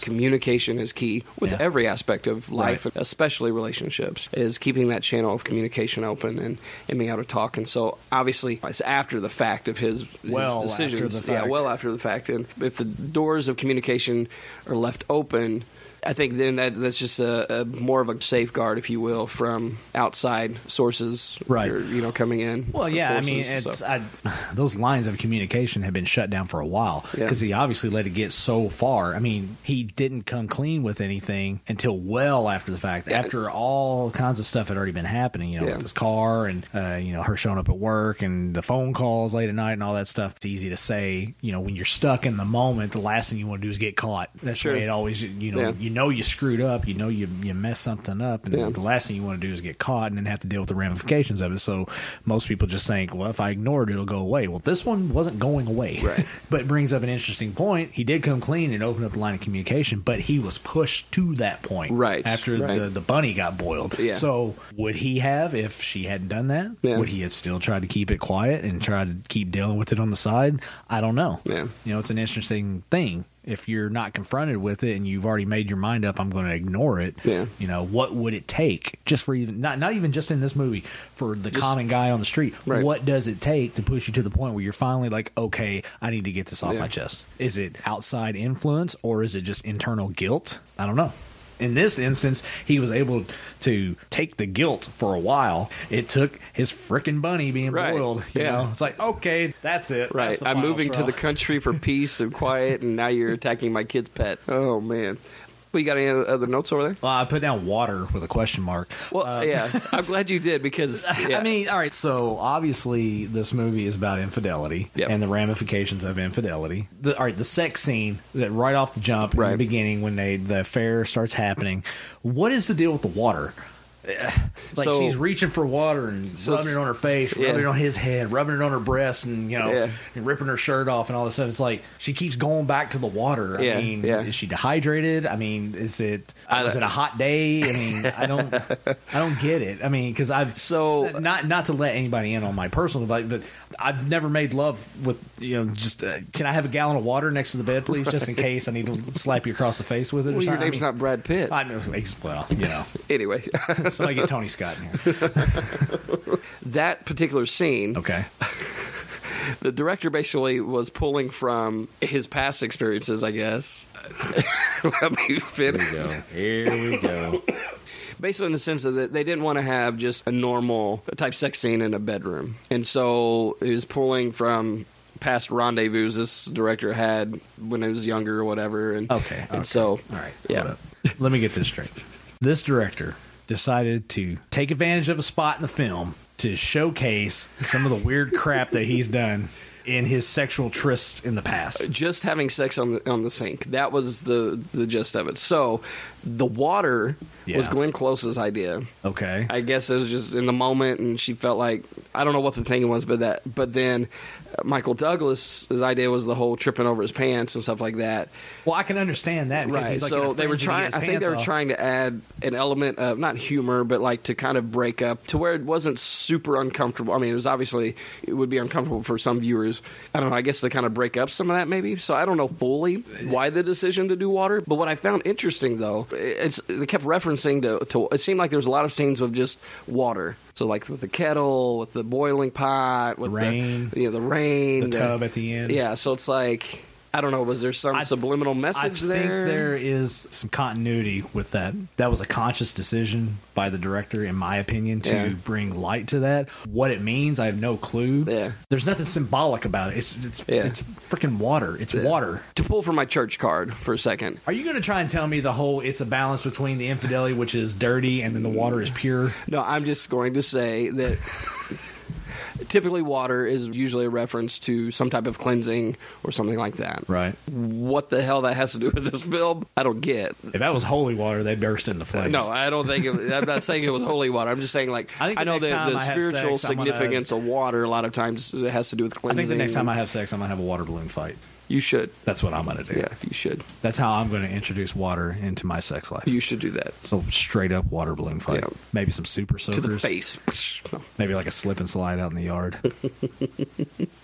Speaker 2: over. Communication is key with
Speaker 3: Yeah.
Speaker 2: every aspect of life, especially relationships, is keeping that channel of communication open and, and being able to talk. And so obviously it's after the fact of his, his
Speaker 3: Well after
Speaker 2: decisions.
Speaker 3: the
Speaker 2: Yeah,
Speaker 3: fact.
Speaker 2: well after the fact. And if the doors of communication are left open, I think then that that's just a, a more of a safeguard, if you will, from outside sources,
Speaker 3: Right.
Speaker 2: Or, you know, coming in.
Speaker 3: Well,
Speaker 2: or
Speaker 3: yeah, I mean,
Speaker 2: forces,
Speaker 3: it's,
Speaker 2: so.
Speaker 3: I, those lines of communication have been shut down for a while
Speaker 2: Yeah.
Speaker 3: because he obviously let it get so far. I mean, he didn't come clean with anything until well after the fact, after all kinds of stuff had already been happening, you know,
Speaker 2: Yeah.
Speaker 3: with his car and, uh, you know, her showing up at work and the phone calls late at night and all that stuff. It's easy to say, you know, when you're stuck in the moment, the last thing you want to do is get caught. That's
Speaker 2: Sure.
Speaker 3: right. It always, you know,
Speaker 2: Yeah.
Speaker 3: you know, you screwed up, you know, you, you messed something up, and
Speaker 2: Yeah.
Speaker 3: the last thing you want to do is get caught and then have to deal with the ramifications of it. So most people just think, well, if I ignore it, it'll go away. Well, this one wasn't going away. Right. but it brings up an interesting point. He did come clean and open up the line of communication, but he was pushed to that point.
Speaker 2: Right,
Speaker 3: After
Speaker 2: right.
Speaker 3: The, the bunny got boiled.
Speaker 2: Yeah.
Speaker 3: So would he have, if she hadn't done that,
Speaker 2: Yeah.
Speaker 3: would he had still tried to keep it quiet and tried to keep dealing with it on the side? I don't know.
Speaker 2: Yeah.
Speaker 3: You know, it's an interesting thing. if you're not confronted with it and you've already made your mind up, I'm going to ignore it.
Speaker 10: Yeah.
Speaker 3: You know, what would it take just for even not not even just in this movie for the
Speaker 10: Just-
Speaker 3: common guy on the street?
Speaker 10: Right.
Speaker 3: What does it take to push you to the point where you're finally like, okay, I need to get this off
Speaker 10: Yeah.
Speaker 3: my chest? Is it outside influence or is it just internal guilt? I don't know. In this instance, he was able to take the guilt for a while. It took his frickin' bunny being
Speaker 2: Right.
Speaker 3: boiled. You
Speaker 2: Yeah.
Speaker 3: know, it's like okay, that's it.
Speaker 2: Right.
Speaker 3: That's the
Speaker 2: I'm
Speaker 3: final
Speaker 2: moving
Speaker 3: straw.
Speaker 2: to the country for peace and quiet, and now you're attacking my kid's pet. Oh man. We got any other notes over there?
Speaker 3: Well, I put down water with a question mark.
Speaker 2: Well, yeah. I'm glad you did because yeah.
Speaker 3: Um, I mean, all right. So obviously, this movie is about infidelity and the ramifications of infidelity. The, all right, the sex scene that right off the jump in the beginning when they the affair starts happening. What is the deal with the water? Eh, Like
Speaker 2: So-
Speaker 3: she's reaching for water and
Speaker 2: So
Speaker 3: rubbing
Speaker 2: it's-
Speaker 3: it on her face,
Speaker 2: yeah.
Speaker 3: rubbing it on his head, rubbing it on her breast, and you know,
Speaker 2: Yeah.
Speaker 3: and ripping her shirt off and all this stuff. It's like she keeps going back to the water. I
Speaker 2: Yeah,
Speaker 3: mean,
Speaker 2: yeah.
Speaker 3: is she dehydrated? I mean, is it was it a hot day? I mean, I don't, I don't get it. I mean, because I've so not not to let anybody in on my personal life, but I've never made love with you know just uh, can I have a gallon of water next to the bed, please, just in case I need to slap you across the face with it.
Speaker 2: Well,
Speaker 3: or
Speaker 2: your
Speaker 3: something.
Speaker 2: name's
Speaker 3: I
Speaker 2: not Brad Pitt.
Speaker 3: I know. ex- Well, you know,
Speaker 2: anyway,
Speaker 3: somebody get Tony Scott in here.
Speaker 2: that particular scene.
Speaker 3: Okay.
Speaker 2: The director basically was pulling from his past experiences, I guess. Let me finish. Here we go.
Speaker 10: Here we go.
Speaker 2: Basically, in the sense of that they didn't want to have just a normal type sex scene in a bedroom, and so it was pulling from past rendezvous this director had when he was younger or whatever. And okay, and so all
Speaker 3: right,
Speaker 2: yeah,
Speaker 3: Let me get this straight. This director decided to take advantage of a spot in the film to showcase some of the weird crap that he's done in his sexual trysts in the past.
Speaker 2: just having sex on the on the sink. That was the the gist of it. So the water was
Speaker 3: Yeah.
Speaker 2: Glenn Close's idea.
Speaker 3: Okay.
Speaker 2: I guess it was just in the moment, and she felt like I don't know what the thing was, but that. But then uh, Michael Douglas's idea was the whole tripping over his pants and stuff like that.
Speaker 3: Well, I can understand that because
Speaker 2: Right.
Speaker 3: he's like in
Speaker 2: so
Speaker 3: a
Speaker 2: they
Speaker 3: frenzy to
Speaker 2: were
Speaker 3: get
Speaker 2: trying.
Speaker 3: his
Speaker 2: I think
Speaker 3: pants
Speaker 2: they were
Speaker 3: off.
Speaker 2: trying to add an element of not humor, but like to kind of break up to where it wasn't super uncomfortable. I mean, it was obviously it would be uncomfortable for some viewers. I don't know. I guess to kind of break up some of that maybe. So I don't know fully why the decision to do water. But what I found interesting though, it's they kept referencing to. to it seemed like there was a lot of scenes of just water. So like with the kettle, with the boiling pot, with
Speaker 3: Rain.
Speaker 2: the, yeah, the rain,
Speaker 3: The tub at the end.
Speaker 2: Yeah. So it's like. I don't know. Was there some subliminal message
Speaker 3: I think
Speaker 2: there?
Speaker 3: there is some continuity with that. That was a conscious decision by the director, in my opinion, to
Speaker 2: Yeah.
Speaker 3: bring light to that. What it means, I have no clue. Yeah. There's nothing symbolic about it. It's it's it's freaking water. It's water.
Speaker 2: To pull from my church card for a second.
Speaker 3: Are you going to try and tell me the whole it's a balance between the infidelity, which is dirty, and then the water is pure?
Speaker 2: No, I'm just going to say that typically water is usually a reference to some type of cleansing or something like that.
Speaker 3: Right.
Speaker 2: What the hell that has to do with this film? I don't get.
Speaker 3: If that was holy water, they burst into flames.
Speaker 2: No, I don't think. It, I'm not saying it was holy water. I'm just saying like I,
Speaker 3: think the
Speaker 2: know
Speaker 3: next
Speaker 2: that
Speaker 3: time
Speaker 2: the
Speaker 3: I have
Speaker 2: spiritual
Speaker 3: sex, I'm gonna-
Speaker 2: significance of water a lot of times it has to do with
Speaker 3: I
Speaker 2: cleansing.
Speaker 3: think the next time I have sex, I'm gonna have a water balloon fight.
Speaker 2: You should.
Speaker 3: That's what I'm gonna do.
Speaker 2: Yeah, you should.
Speaker 3: That's how I'm gonna introduce water into my sex life.
Speaker 2: You should do that.
Speaker 3: So straight up water balloon fight. Maybe some super
Speaker 2: to
Speaker 3: soakers.
Speaker 2: the face. No.
Speaker 3: Maybe like a slip and slide out in the yard.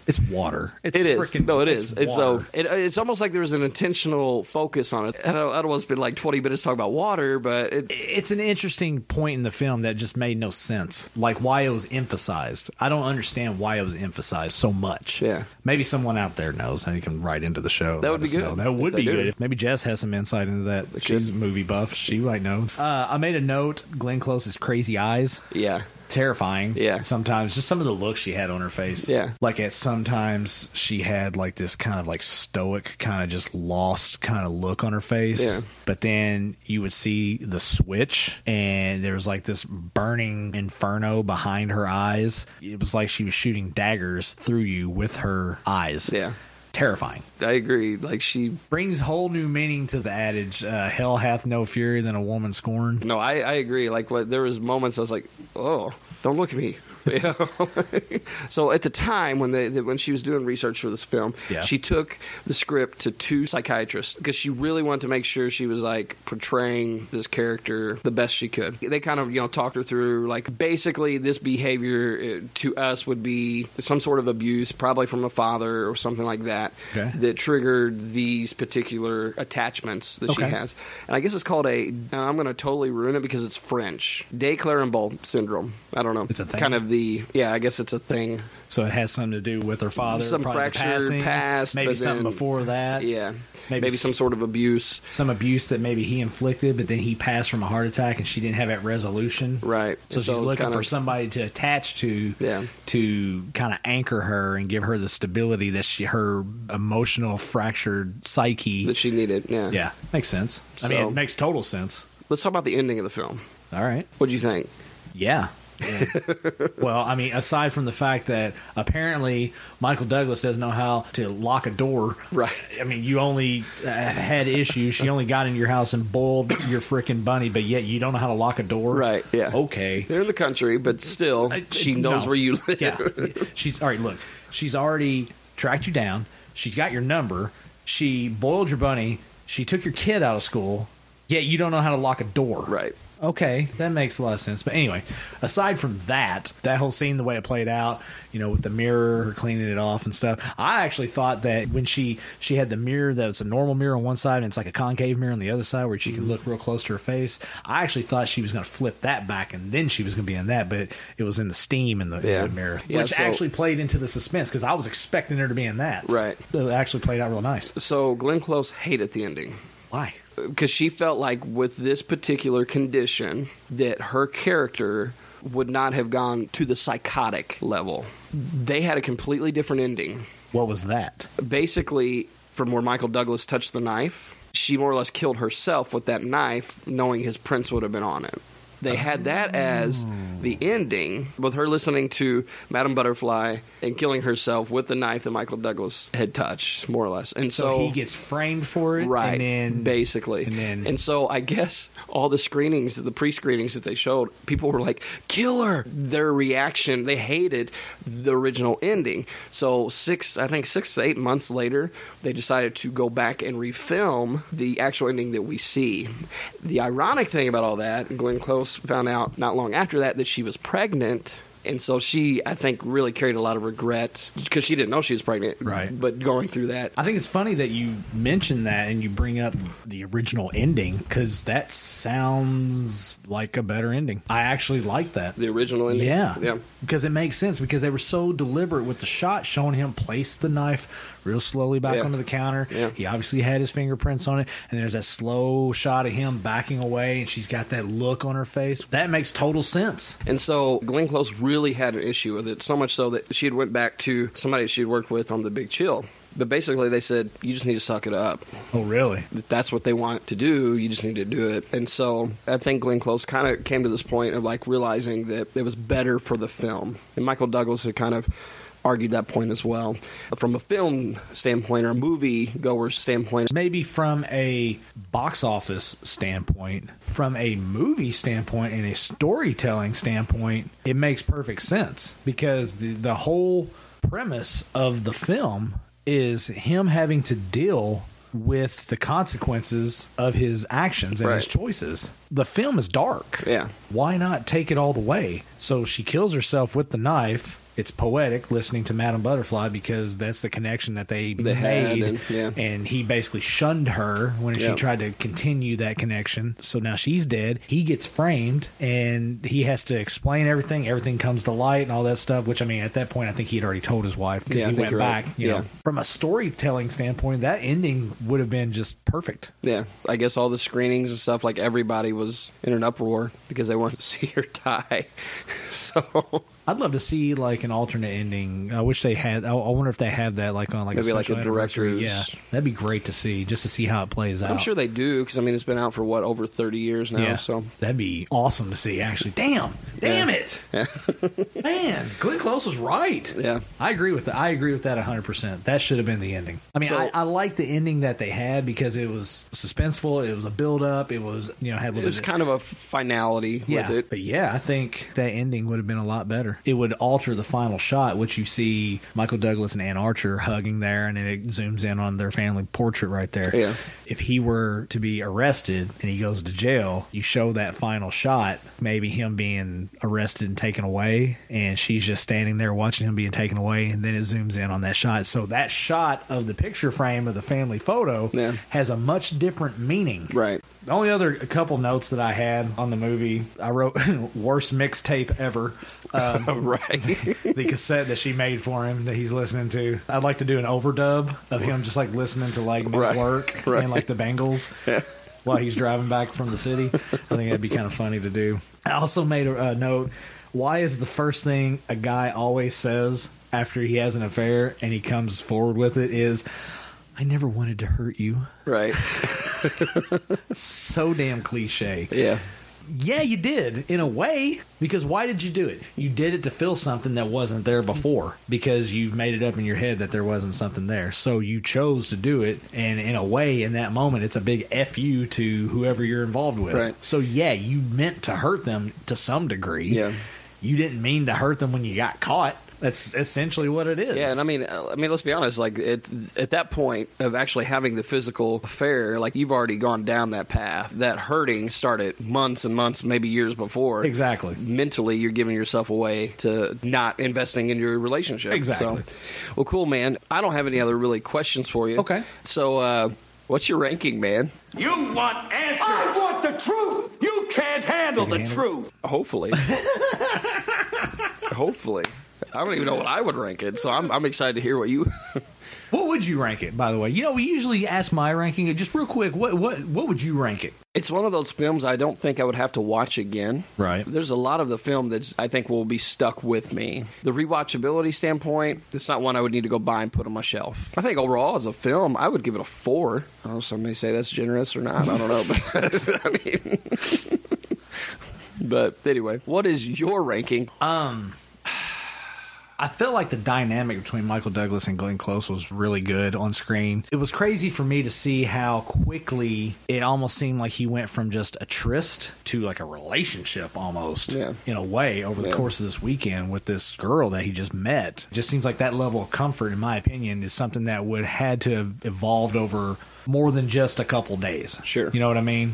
Speaker 3: it's water. It's
Speaker 2: It is.
Speaker 3: Freaking,
Speaker 2: no, it is. It's, um, so
Speaker 3: water.
Speaker 2: it, uh, it's almost like there was an intentional focus on it. I don't, I don't want to spend like twenty minutes talking about water, but it,
Speaker 3: it's an interesting point in the film that just made no sense. Like why it was emphasized. I don't understand why it was emphasized so much. Yeah. Maybe someone out there knows and you can write into the show. and
Speaker 2: That would
Speaker 3: let
Speaker 2: be
Speaker 3: us
Speaker 2: good
Speaker 3: know. That
Speaker 2: if
Speaker 3: would
Speaker 2: they
Speaker 3: be
Speaker 2: do.
Speaker 3: good. If maybe Jess has some insight into that. She's a movie buff. She might know. Uh, I made a note. Glenn Close's crazy eyes.
Speaker 2: Yeah.
Speaker 3: Terrifying. Yeah. Sometimes just some of the looks she had on her face. Yeah. Like at sometimes she had like this kind of like stoic, kind of just lost kind of look on her face.
Speaker 2: Yeah.
Speaker 3: But then you would see the switch and there was like this burning inferno behind her eyes. It was like she was shooting daggers through you with her eyes.
Speaker 2: Yeah.
Speaker 3: Terrifying
Speaker 2: I agree. Like she,
Speaker 3: brings whole new meaning to the adage uh, hell hath no fury than a woman scorned
Speaker 2: no, I, I agree. Like what, there was moments I was like, oh, don't look at me. You know? so at the time when they, that when she was doing research for this film,
Speaker 10: Yeah.
Speaker 2: she took the script to two psychiatrists because she really wanted to make sure she was like portraying this character the best she could. They kind of you know talked her through like basically this behavior uh, to us would be some sort of abuse, probably from a father or something like that. that that triggered these particular attachments that
Speaker 1: Okay.
Speaker 2: she has. And I guess it's called a, and I'm going to totally ruin it because it's French, de Clerambault syndrome. I don't know. It's a thing. Kind of the, yeah, I guess it's a thing.
Speaker 3: So it has something to do with her father.
Speaker 2: Some
Speaker 3: probably
Speaker 2: fracture
Speaker 3: passing,
Speaker 2: past,
Speaker 3: maybe
Speaker 2: but
Speaker 3: something
Speaker 2: then-
Speaker 3: before that.
Speaker 2: Yeah. Maybe,
Speaker 3: s-
Speaker 2: some sort of abuse.
Speaker 3: Some abuse that maybe he inflicted, but then he passed from a heart attack, and she didn't have that resolution.
Speaker 2: Right.
Speaker 3: So,
Speaker 2: And so
Speaker 3: she's
Speaker 2: it's
Speaker 3: looking
Speaker 2: kind
Speaker 3: for
Speaker 2: of-
Speaker 3: somebody to attach to, to kind of anchor her and give her the stability that she, her emotional fractured psyche
Speaker 2: that she needed. Yeah.
Speaker 3: Yeah, makes sense. I mean, it makes total sense.
Speaker 2: Let's talk about the ending of the film.
Speaker 3: All right.
Speaker 2: What do you think?
Speaker 3: Yeah. well, I mean, aside from the fact that apparently Michael Douglas doesn't know how to lock a door.
Speaker 2: Right.
Speaker 3: I mean, you only uh, had issues. She only got in your house and boiled your freaking bunny, but yet you don't know how to lock a door.
Speaker 2: Right. Yeah.
Speaker 3: Okay.
Speaker 2: They're in the country, but still, she knows
Speaker 3: no.
Speaker 2: where you live.
Speaker 3: Yeah. She's all right. Look, she's already tracked you down. She's got your number. She boiled your bunny. She took your kid out of school. Yet you don't know how to lock a door.
Speaker 2: Right.
Speaker 3: Okay, that makes a lot of sense. But anyway, aside from that, that whole scene, the way it played out, you know, with the mirror, her cleaning it off and stuff. I actually thought that when she she had the mirror that was a normal mirror on one side and it's like a concave mirror on the other side where she
Speaker 2: Mm-hmm.
Speaker 3: can look real close to her face. I actually thought she was going to flip that back and then she was going to be in that, but it was in the steam in the, in the
Speaker 2: Yeah.
Speaker 3: mirror,
Speaker 2: Yeah,
Speaker 3: which
Speaker 2: so-
Speaker 3: actually played into the suspense because I was expecting her to be in that.
Speaker 2: Right.
Speaker 3: It actually played out real nice.
Speaker 2: So Glenn Close hated the ending.
Speaker 3: Why?
Speaker 2: Because she felt like with this particular condition that her character would not have gone to the psychotic level. They had a completely different ending.
Speaker 3: What was that?
Speaker 2: Basically, from where Michael Douglas touched the knife, she more or less killed herself with that knife, knowing his prints would have been on it. They had that as the ending, with her listening to Madame Butterfly and killing herself with the knife that Michael Douglas had touched, more or less. And
Speaker 3: So,
Speaker 2: so,
Speaker 3: he gets framed for it, And
Speaker 2: right,
Speaker 3: then
Speaker 2: basically, and,
Speaker 3: then-
Speaker 2: so I guess all the screenings, the pre-screenings that they showed, people were like, "Killer!" Their reaction, they hated the original ending. So six, I think six to eight months later, they decided to go back and refilm the actual ending that we see. The ironic thing about all that, Glenn Close found out not long after that that she was pregnant. And so she, I think, really carried a lot of regret because she didn't know she was pregnant. Right. But going through that,
Speaker 3: I think it's funny that you mention that and you bring up the original ending because that sounds like a better ending. I actually like that.
Speaker 2: the original ending.
Speaker 3: Yeah.
Speaker 2: Yeah.
Speaker 3: Because it makes sense because they were so deliberate with the shot showing him place the knife real slowly back
Speaker 2: Yeah.
Speaker 3: onto the counter.
Speaker 2: Yeah.
Speaker 3: He obviously had his fingerprints on it and there's that slow shot of him backing away and she's got that look on her face. That makes total sense.
Speaker 2: And so Glenn Close really had an issue with it, so much so that she had went back to somebody she had worked with on The Big Chill. But basically, they said you just need to suck it up.
Speaker 3: Oh, really?
Speaker 2: If that's what they want to do, you just need to do it. And so I think Glenn Close kind of came to this point of like realizing that it was better for the film. And Michael Douglas had kind of argued that point as well from a film standpoint or a movie goer standpoint.
Speaker 3: Maybe from a box office standpoint, from a movie standpoint, and a storytelling standpoint, it makes perfect sense because the, the whole premise of the film is him having to deal with the consequences of his actions and his
Speaker 2: Right.
Speaker 3: choices. The film is dark.
Speaker 2: Yeah.
Speaker 3: Why not take it all the way? So she kills herself with the knife. It's poetic listening to Madame Butterfly because that's the connection that they,
Speaker 2: They had,
Speaker 3: made
Speaker 2: and- yeah.
Speaker 3: and he basically shunned her when
Speaker 2: Yeah.
Speaker 3: she tried to continue that connection. So now she's dead. He gets framed and he has to explain everything. Everything comes to light and all that stuff, which I mean, at that point, I think he had already told his wife
Speaker 2: Yeah,
Speaker 3: because
Speaker 2: I
Speaker 3: he
Speaker 2: think
Speaker 3: went
Speaker 2: you're right.
Speaker 3: back. You
Speaker 2: Yeah.
Speaker 3: know, from a storytelling standpoint, that ending would have been just perfect.
Speaker 2: Yeah, I guess all the screenings and stuff, like everybody was in an uproar because they wanted to see her die. so
Speaker 3: I'd love to see like an alternate ending. I wish they had. I, I wonder if they have that like on like
Speaker 2: Maybe
Speaker 3: a
Speaker 2: like
Speaker 3: special
Speaker 2: a
Speaker 3: anniversary.
Speaker 2: director's-
Speaker 3: Yeah, that'd be great to see just to see how it plays out.
Speaker 2: I'm sure they do because I mean it's been out for what over 30 years now.
Speaker 3: Oh. Yeah.
Speaker 2: So
Speaker 3: that'd be awesome to see. Actually, damn, damn it.
Speaker 2: Yeah.
Speaker 3: Man, Glenn Close was right.
Speaker 2: Yeah.
Speaker 3: I agree with that. I agree with that 100%. That should have been the ending. I mean,
Speaker 2: So-
Speaker 3: I, I like the ending that they had because it was suspenseful. It was a build up. It was, you know, had a
Speaker 2: it
Speaker 3: little
Speaker 2: was
Speaker 3: bit
Speaker 2: kind of a finality
Speaker 3: yeah.
Speaker 2: with it.
Speaker 3: But yeah, I think that ending would have been a lot better. It would alter the final shot, which you see Michael Douglas and Ann Archer hugging there, and then it zooms in on their family portrait right there.
Speaker 2: Yeah.
Speaker 3: If he were to be arrested and he goes to jail, you show that final shot, maybe him being arrested and taken away, and she's just standing there watching him being taken away, and then it zooms in on that shot. So that shot of the picture frame of the family photo has a much different meaning.
Speaker 2: Right.
Speaker 3: The only other couple notes that I had on the movie, I wrote worst mixtape ever. Um,
Speaker 2: right.
Speaker 3: the cassette that she made for him that he's listening to. I'd like to do an overdub of him just like listening to like men at
Speaker 2: Right.
Speaker 3: work
Speaker 2: Right.
Speaker 3: and like the Bengals while he's driving back from the city. I think that'd be kind of funny to do. I also made a, a note. Why is the first thing a guy always says after he has an affair and he comes forward with it is, I never wanted to hurt you.
Speaker 2: Right.
Speaker 3: so damn cliche.
Speaker 2: Yeah.
Speaker 3: Yeah, you did in a way because why did you do it? You did it to fill something that wasn't there before because you've made it up in your head that there wasn't something there. So you chose to do it, and in a way, in that moment, it's a big f you to whoever you're involved with.
Speaker 2: Right.
Speaker 3: So yeah, you meant to hurt them to some degree.
Speaker 2: Yeah.
Speaker 3: you didn't mean to hurt them when you got caught. That's essentially what it is.
Speaker 2: Yeah, and I mean, uh, I mean, let's be honest. Like at, at that point of actually having the physical affair, like you've already gone down that path. That hurting started months and months, maybe years before.
Speaker 3: Exactly.
Speaker 2: Mentally, you're giving yourself away to not investing in your relationship.
Speaker 3: Exactly.
Speaker 2: So, well, cool, man. I don't have any other really questions for you. Okay. So, uh, what's your ranking, man?
Speaker 15: You want answers. I want the truth. You can't handle the truth.
Speaker 2: Hopefully. Hopefully. I don't even know what I would rank it, so I'm, I'm excited to hear what you.
Speaker 3: what would you rank it? By the way, you know we usually ask my ranking. Just real quick, what what what would you rank it?
Speaker 2: It's one of those films I don't think I would have to watch again.
Speaker 3: Right.
Speaker 2: There's a lot of the film that I think will be stuck with me. The rewatchability standpoint, it's not one I would need to go buy and put on my shelf. I think overall as a film, I would give it a four. I don't know if some may say that's generous or not. I don't know. But I mean, but anyway, what is your ranking?
Speaker 3: Um, I felt like the dynamic between Michael Douglas and Glenn Close was really good on screen. It was crazy for me to see how quickly it almost seemed like he went from just a tryst to like a relationship almost in a way over the
Speaker 2: Yeah.
Speaker 3: course of this weekend with this girl that he just met. It just seems like that level of comfort, in my opinion, is something that would had to have evolved over more than just a couple days. Sure. You know what I mean?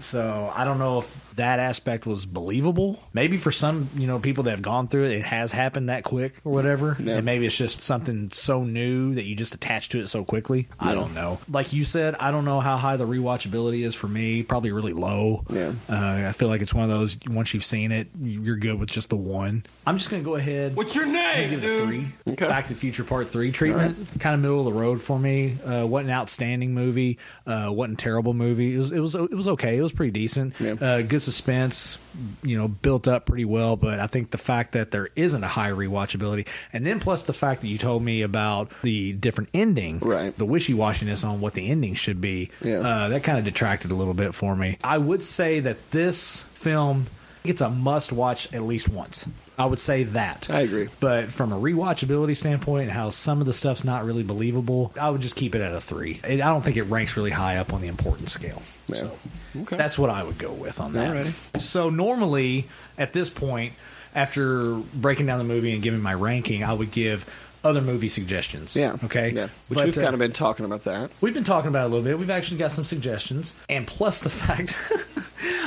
Speaker 3: So I don't know if that aspect was believable. Maybe for some, you know, people that have gone through it, it has happened that quick or whatever. And maybe it's just something so new that you just attach to it so quickly. I don't know. Like you said, I don't know how high the rewatchability is for me. Probably really low. Yeah. Uh, I feel like it's one of those once you've seen it, you're good with just the one. I'm just gonna go ahead.
Speaker 15: What's your name,
Speaker 3: give it a
Speaker 15: dude?
Speaker 3: three. Back to the Future Part Three treatment, kind of middle of the road for me. Uh, wasn't an outstanding movie. Uh, wasn't a terrible movie. It was. It was. It was okay. It was pretty decent. Uh, good suspense. You know, built up pretty well. But I think the fact that there isn't a high rewatchability, and then plus the fact that you told me about the different ending, right? The wishy washiness on what the ending should be. Uh, that kind of detracted a little bit for me. I would say that this film it's a must watch at least once. I would say that. I agree. But from a rewatchability standpoint and how some of the stuff's not really believable, I would just keep it at a three. It, I don't think it ranks really high up on the importance scale. So that's what I would go with on that. So normally at this point, after breaking down the movie and giving my ranking, I would give other movie suggestions.
Speaker 2: Yeah.
Speaker 3: Okay.
Speaker 2: Yeah. Which
Speaker 3: But,
Speaker 2: we've
Speaker 3: uh,
Speaker 2: kind of been talking about that.
Speaker 3: We've been talking about it a little bit. We've actually got some suggestions, and plus the fact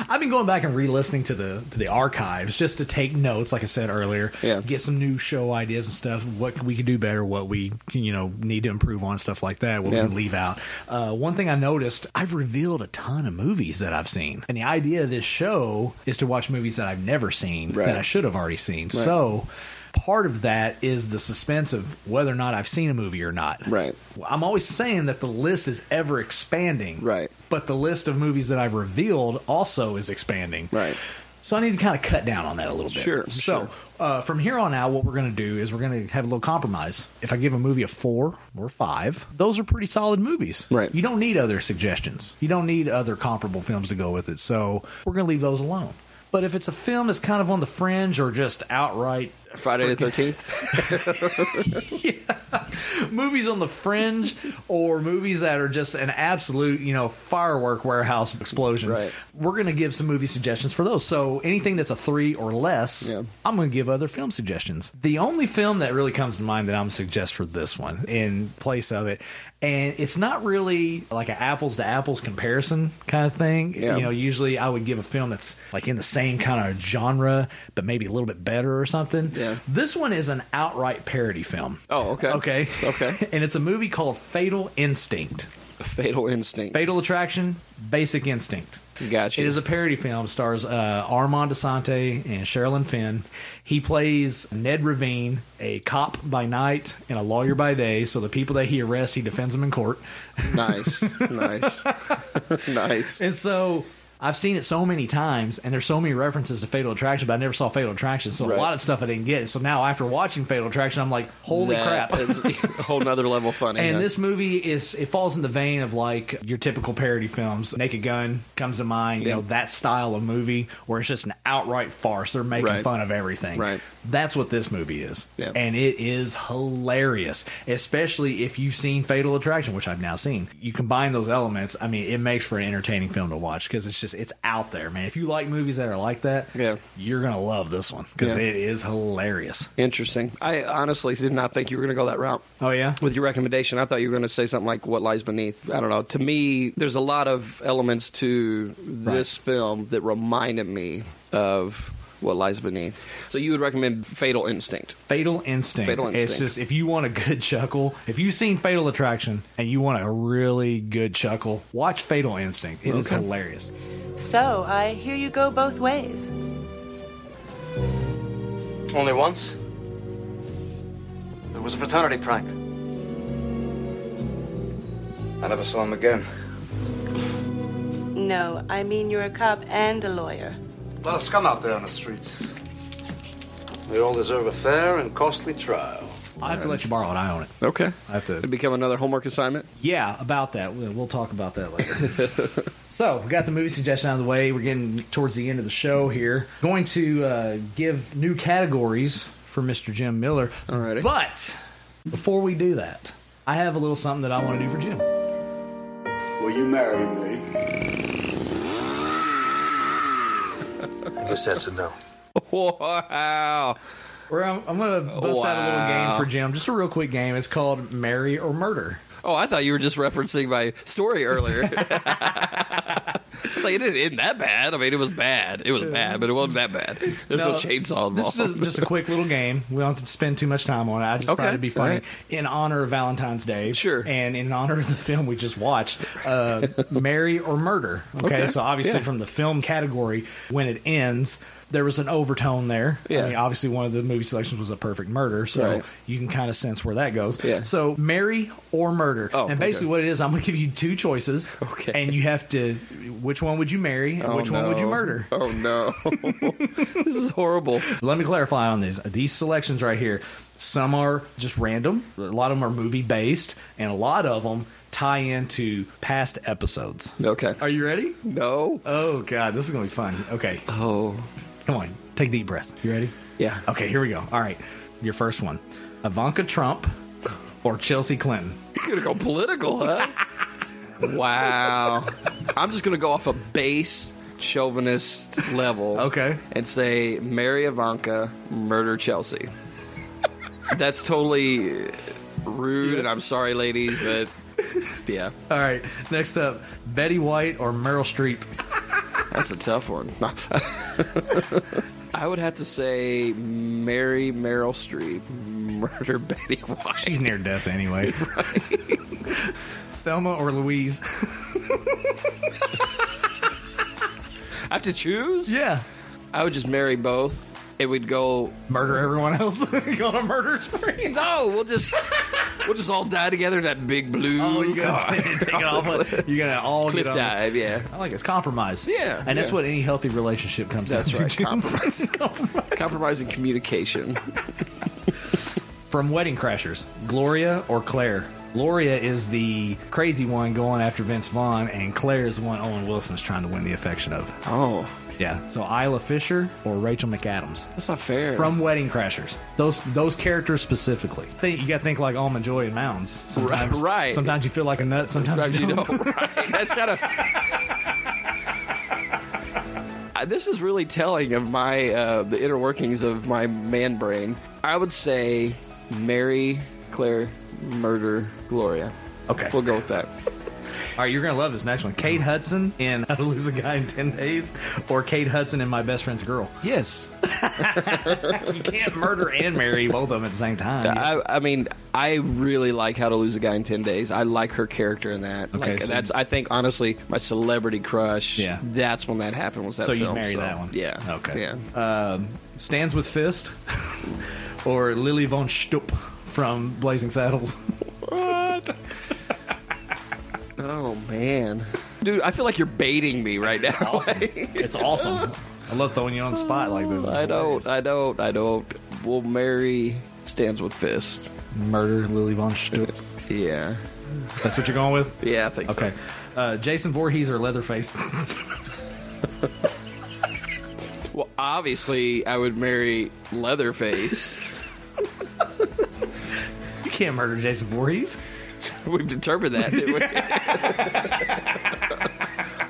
Speaker 3: I've been going back and re-listening to the to the archives just to take notes. Like I said earlier, yeah. get some new show ideas and stuff. What we could do better, what we you know need to improve on, stuff like that. What
Speaker 2: Yeah.
Speaker 3: we can leave out. Uh, one thing I noticed, I've revealed a ton of movies that I've seen, and the idea of this show is to watch movies that I've never seen that I should have already seen.
Speaker 2: Right.
Speaker 3: So part of that is the suspense of whether or not I've seen a movie or not. Right. I'm always saying that the list is ever expanding. Right. But the list of movies that I've revealed also is expanding. Right. So I need to kind of cut down on that a little bit.
Speaker 2: Sure,
Speaker 3: So Uh, from here on out, what we're going to do is we're going to have a little compromise. If I give a movie a four or five, those are pretty solid movies. Right. You don't need other suggestions. You don't need other comparable films to go with it. So we're going to leave those alone. But if it's a film that's kind of on the fringe or just outright
Speaker 2: Friday the Thirteenth.
Speaker 3: movies on the fringe or movies that are just an absolute, you know, firework warehouse explosion.
Speaker 2: Right.
Speaker 3: We're going to give some movie suggestions for those. So anything that's a three or less,
Speaker 2: Yeah.
Speaker 3: I'm going to give other film suggestions. The only film that really comes to mind that I'm going to suggest for this one in place of it, and it's not really like an apples to apples comparison kind of thing.
Speaker 2: Yeah.
Speaker 3: You know, usually I would give a film that's like in the same kind of genre, but maybe a little bit better or something.
Speaker 2: Yeah.
Speaker 3: This one is an outright parody film.
Speaker 2: Oh, okay.
Speaker 3: Okay.
Speaker 2: Okay.
Speaker 3: and it's a movie called Fatal Instinct.
Speaker 2: Fatal Instinct.
Speaker 3: Fatal Attraction, Basic Instinct.
Speaker 2: Gotcha.
Speaker 3: It is a parody film. Stars uh, Armand DeSante and Sherilyn Finn. He plays Ned Ravine, a cop by night and a lawyer by day. So the people that he arrests, he defends them in court.
Speaker 2: nice, nice, nice.
Speaker 3: And so I've seen it so many times, and there's so many references to Fatal Attraction, but I never saw Fatal Attraction. So
Speaker 2: Right.
Speaker 3: a lot of stuff I didn't get. So now after watching Fatal Attraction, I'm like, holy
Speaker 2: That
Speaker 3: crap.
Speaker 2: is a whole nother level of funny.
Speaker 3: And
Speaker 2: huh?
Speaker 3: this movie is it falls in the vein of like your typical parody films. Naked Gun comes to mind, you
Speaker 2: Yeah.
Speaker 3: know, that style of movie where it's just an outright farce. They're making
Speaker 2: Right.
Speaker 3: fun of everything.
Speaker 2: Right.
Speaker 3: That's what this movie is.
Speaker 2: Yeah.
Speaker 3: And it is hilarious. Especially if you've seen Fatal Attraction, which I've now seen. You combine those elements, I mean, it makes for an entertaining film to watch because it's just it's out there, man. If you like movies that are like that,
Speaker 2: Yeah.
Speaker 3: you're gonna love this one. Because
Speaker 2: Yeah.
Speaker 3: it is hilarious.
Speaker 2: Interesting. I honestly did not think you were going to go that route.
Speaker 3: Oh yeah?
Speaker 2: With your recommendation, I thought you were going to say something like "What Lies Beneath." I don't know. To me, there's a lot of elements to this film that reminded me of "What Lies Beneath." So you would recommend "Fatal Instinct."
Speaker 3: Fatal Instinct.
Speaker 2: Fatal
Speaker 3: It's
Speaker 2: Instinct.
Speaker 3: just if you want a good chuckle, if you've seen Fatal Attraction and you want a really good chuckle, watch Fatal Instinct. It is
Speaker 16: Okay.
Speaker 3: hilarious.
Speaker 16: So, I hear you go both ways.
Speaker 7: Only once. It was a fraternity prank. I never saw him again.
Speaker 16: No, I mean you're a cop and a lawyer.
Speaker 7: A lot of scum out there on the streets. They all deserve a fair and costly trial.
Speaker 3: I have to let you borrow it. I own it.
Speaker 2: Okay.
Speaker 3: I have to.
Speaker 2: It become another homework assignment.
Speaker 3: Yeah, about that. We'll we'll talk about that later. so, we got the movie suggestion out of the way. We're getting towards the end of the show here. Going to uh, give new categories for Mr. Jim Miller. Alrighty. But before we do that, I have a little something that I want to do for Jim.
Speaker 17: Will you marry me?
Speaker 18: I guess that's a no.
Speaker 2: Wow.
Speaker 3: We're, I'm, I'm going to bust out a little game
Speaker 2: Wow.
Speaker 3: for Jim. Just a real quick game. It's called Marry or Murder.
Speaker 2: Oh, I thought you were just referencing my story earlier. it's like it didn't end that bad. I mean, it was bad. It was bad, but it wasn't that bad. There's no, chainsaw involved.
Speaker 3: This is just a quick little game. We don't have to spend too much time on it. I just
Speaker 2: Okay,
Speaker 3: thought it'd be funny
Speaker 2: alright.
Speaker 3: in honor of Valentine's Day. Sure. And in honor of the film we just watched, uh, Marry or Murder. Okay.
Speaker 2: Okay,
Speaker 3: So obviously,
Speaker 2: yeah.
Speaker 3: from the film category, when it ends, there was an overtone there.
Speaker 2: Yeah.
Speaker 3: I mean, obviously, one of the movie selections was a perfect murder, so
Speaker 2: Right.
Speaker 3: you can kind of sense where that goes. Yeah. So marry or murder. Oh, and basically,
Speaker 2: okay.
Speaker 3: what it is, I'm going to give you two choices. Okay. And you have to, which one would you marry and
Speaker 2: Oh,
Speaker 3: which one would you
Speaker 2: no.
Speaker 3: murder?
Speaker 2: Oh no. this is horrible.
Speaker 3: Let me clarify on these. These selections right here, some are just random. A lot of them are movie based, and a lot of them tie into past episodes.
Speaker 2: Okay.
Speaker 3: Are you ready?
Speaker 2: No.
Speaker 3: Oh god, this is gonna be fun. Okay.
Speaker 2: Oh.
Speaker 3: Come on, take a deep breath. You ready?
Speaker 2: Yeah.
Speaker 3: Okay, here we go. All right, your first one: Ivanka Trump or Chelsea Clinton.
Speaker 2: You're gonna go political, huh? wow. I'm just gonna go off a base chauvinist level.
Speaker 3: Okay.
Speaker 2: And say marry Ivanka, murder Chelsea. That's totally rude, and I'm sorry, ladies, but yeah,
Speaker 3: All right, next up: Betty White or Meryl Streep.
Speaker 2: that's a tough one. I would have to say marry Meryl Streep, murder Betty White.
Speaker 3: She's near death anyway. Thelma or Louise.
Speaker 2: I have to choose?
Speaker 3: Yeah.
Speaker 2: I would just marry both. It would go
Speaker 3: murder everyone else. go on a murder spree.
Speaker 2: No, we'll just we'll just all die together in that big blue. Oh,
Speaker 3: you gotta take it off. You gotta all
Speaker 2: cliff
Speaker 3: get on-
Speaker 2: dive. Yeah,
Speaker 3: I like it's compromise.
Speaker 2: Yeah,
Speaker 3: and that's
Speaker 2: yeah.
Speaker 3: what any healthy relationship comes down
Speaker 2: That's
Speaker 3: to.
Speaker 2: right.
Speaker 3: Jim.
Speaker 2: Compromise. compromise and communication.
Speaker 3: From Wedding Crashers, Gloria or Claire? Gloria is the crazy one going after Vince Vaughn, and Claire is the one Owen Wilson's trying to win the affection of.
Speaker 2: Oh,
Speaker 3: Yeah. So Isla Fisher or Rachel McAdams.
Speaker 2: That's not fair.
Speaker 3: From Wedding Crashers. Those those characters specifically. Think you got to think like Almond Joy and Mounds. Sometimes,
Speaker 2: right.
Speaker 3: Sometimes you feel like a nut. Sometimes,
Speaker 2: Sometimes
Speaker 3: you
Speaker 2: you
Speaker 3: don't.
Speaker 2: don't. Right. That's kind of. This is really telling of my uh, the inner workings of my man brain. I would say Mary Claire murder Gloria.
Speaker 3: Okay.
Speaker 2: we'll go with that.
Speaker 3: All right, you're gonna love this next one. Kate Hudson in How to Lose a Guy in Ten Days, or Kate Hudson in My Best Friend's Girl.
Speaker 2: Yes.
Speaker 3: you can't murder and marry both of them at the same time.
Speaker 2: I, I mean, I really like How to Lose a Guy in Ten Days. I like her character in that.
Speaker 3: Okay,
Speaker 2: Like,
Speaker 3: so-
Speaker 2: that's I think honestly my celebrity crush.
Speaker 3: Yeah.
Speaker 2: that's when that happened. Was that
Speaker 3: so you
Speaker 2: film,
Speaker 3: marry
Speaker 2: so,
Speaker 3: that one?
Speaker 2: Yeah.
Speaker 3: Okay.
Speaker 2: Yeah.
Speaker 3: Um, Stands with Fist, or Lily von Stupp from Blazing Saddles.
Speaker 2: What? oh man, dude, I feel like you're baiting me right now.
Speaker 3: it's awesome. I love throwing you on the spot like this.
Speaker 2: I don't. I don't. I don't. We'll marry stands with fist.
Speaker 3: Murder Lily von Stupp.
Speaker 2: Yeah.
Speaker 3: That's what you're going with?
Speaker 2: Yeah, I think so.
Speaker 3: okay. Uh, Jason Voorhees or Leatherface?
Speaker 2: Well, obviously, I would marry Leatherface.
Speaker 3: you can't murder Jason Voorhees.
Speaker 2: We've determined that, didn't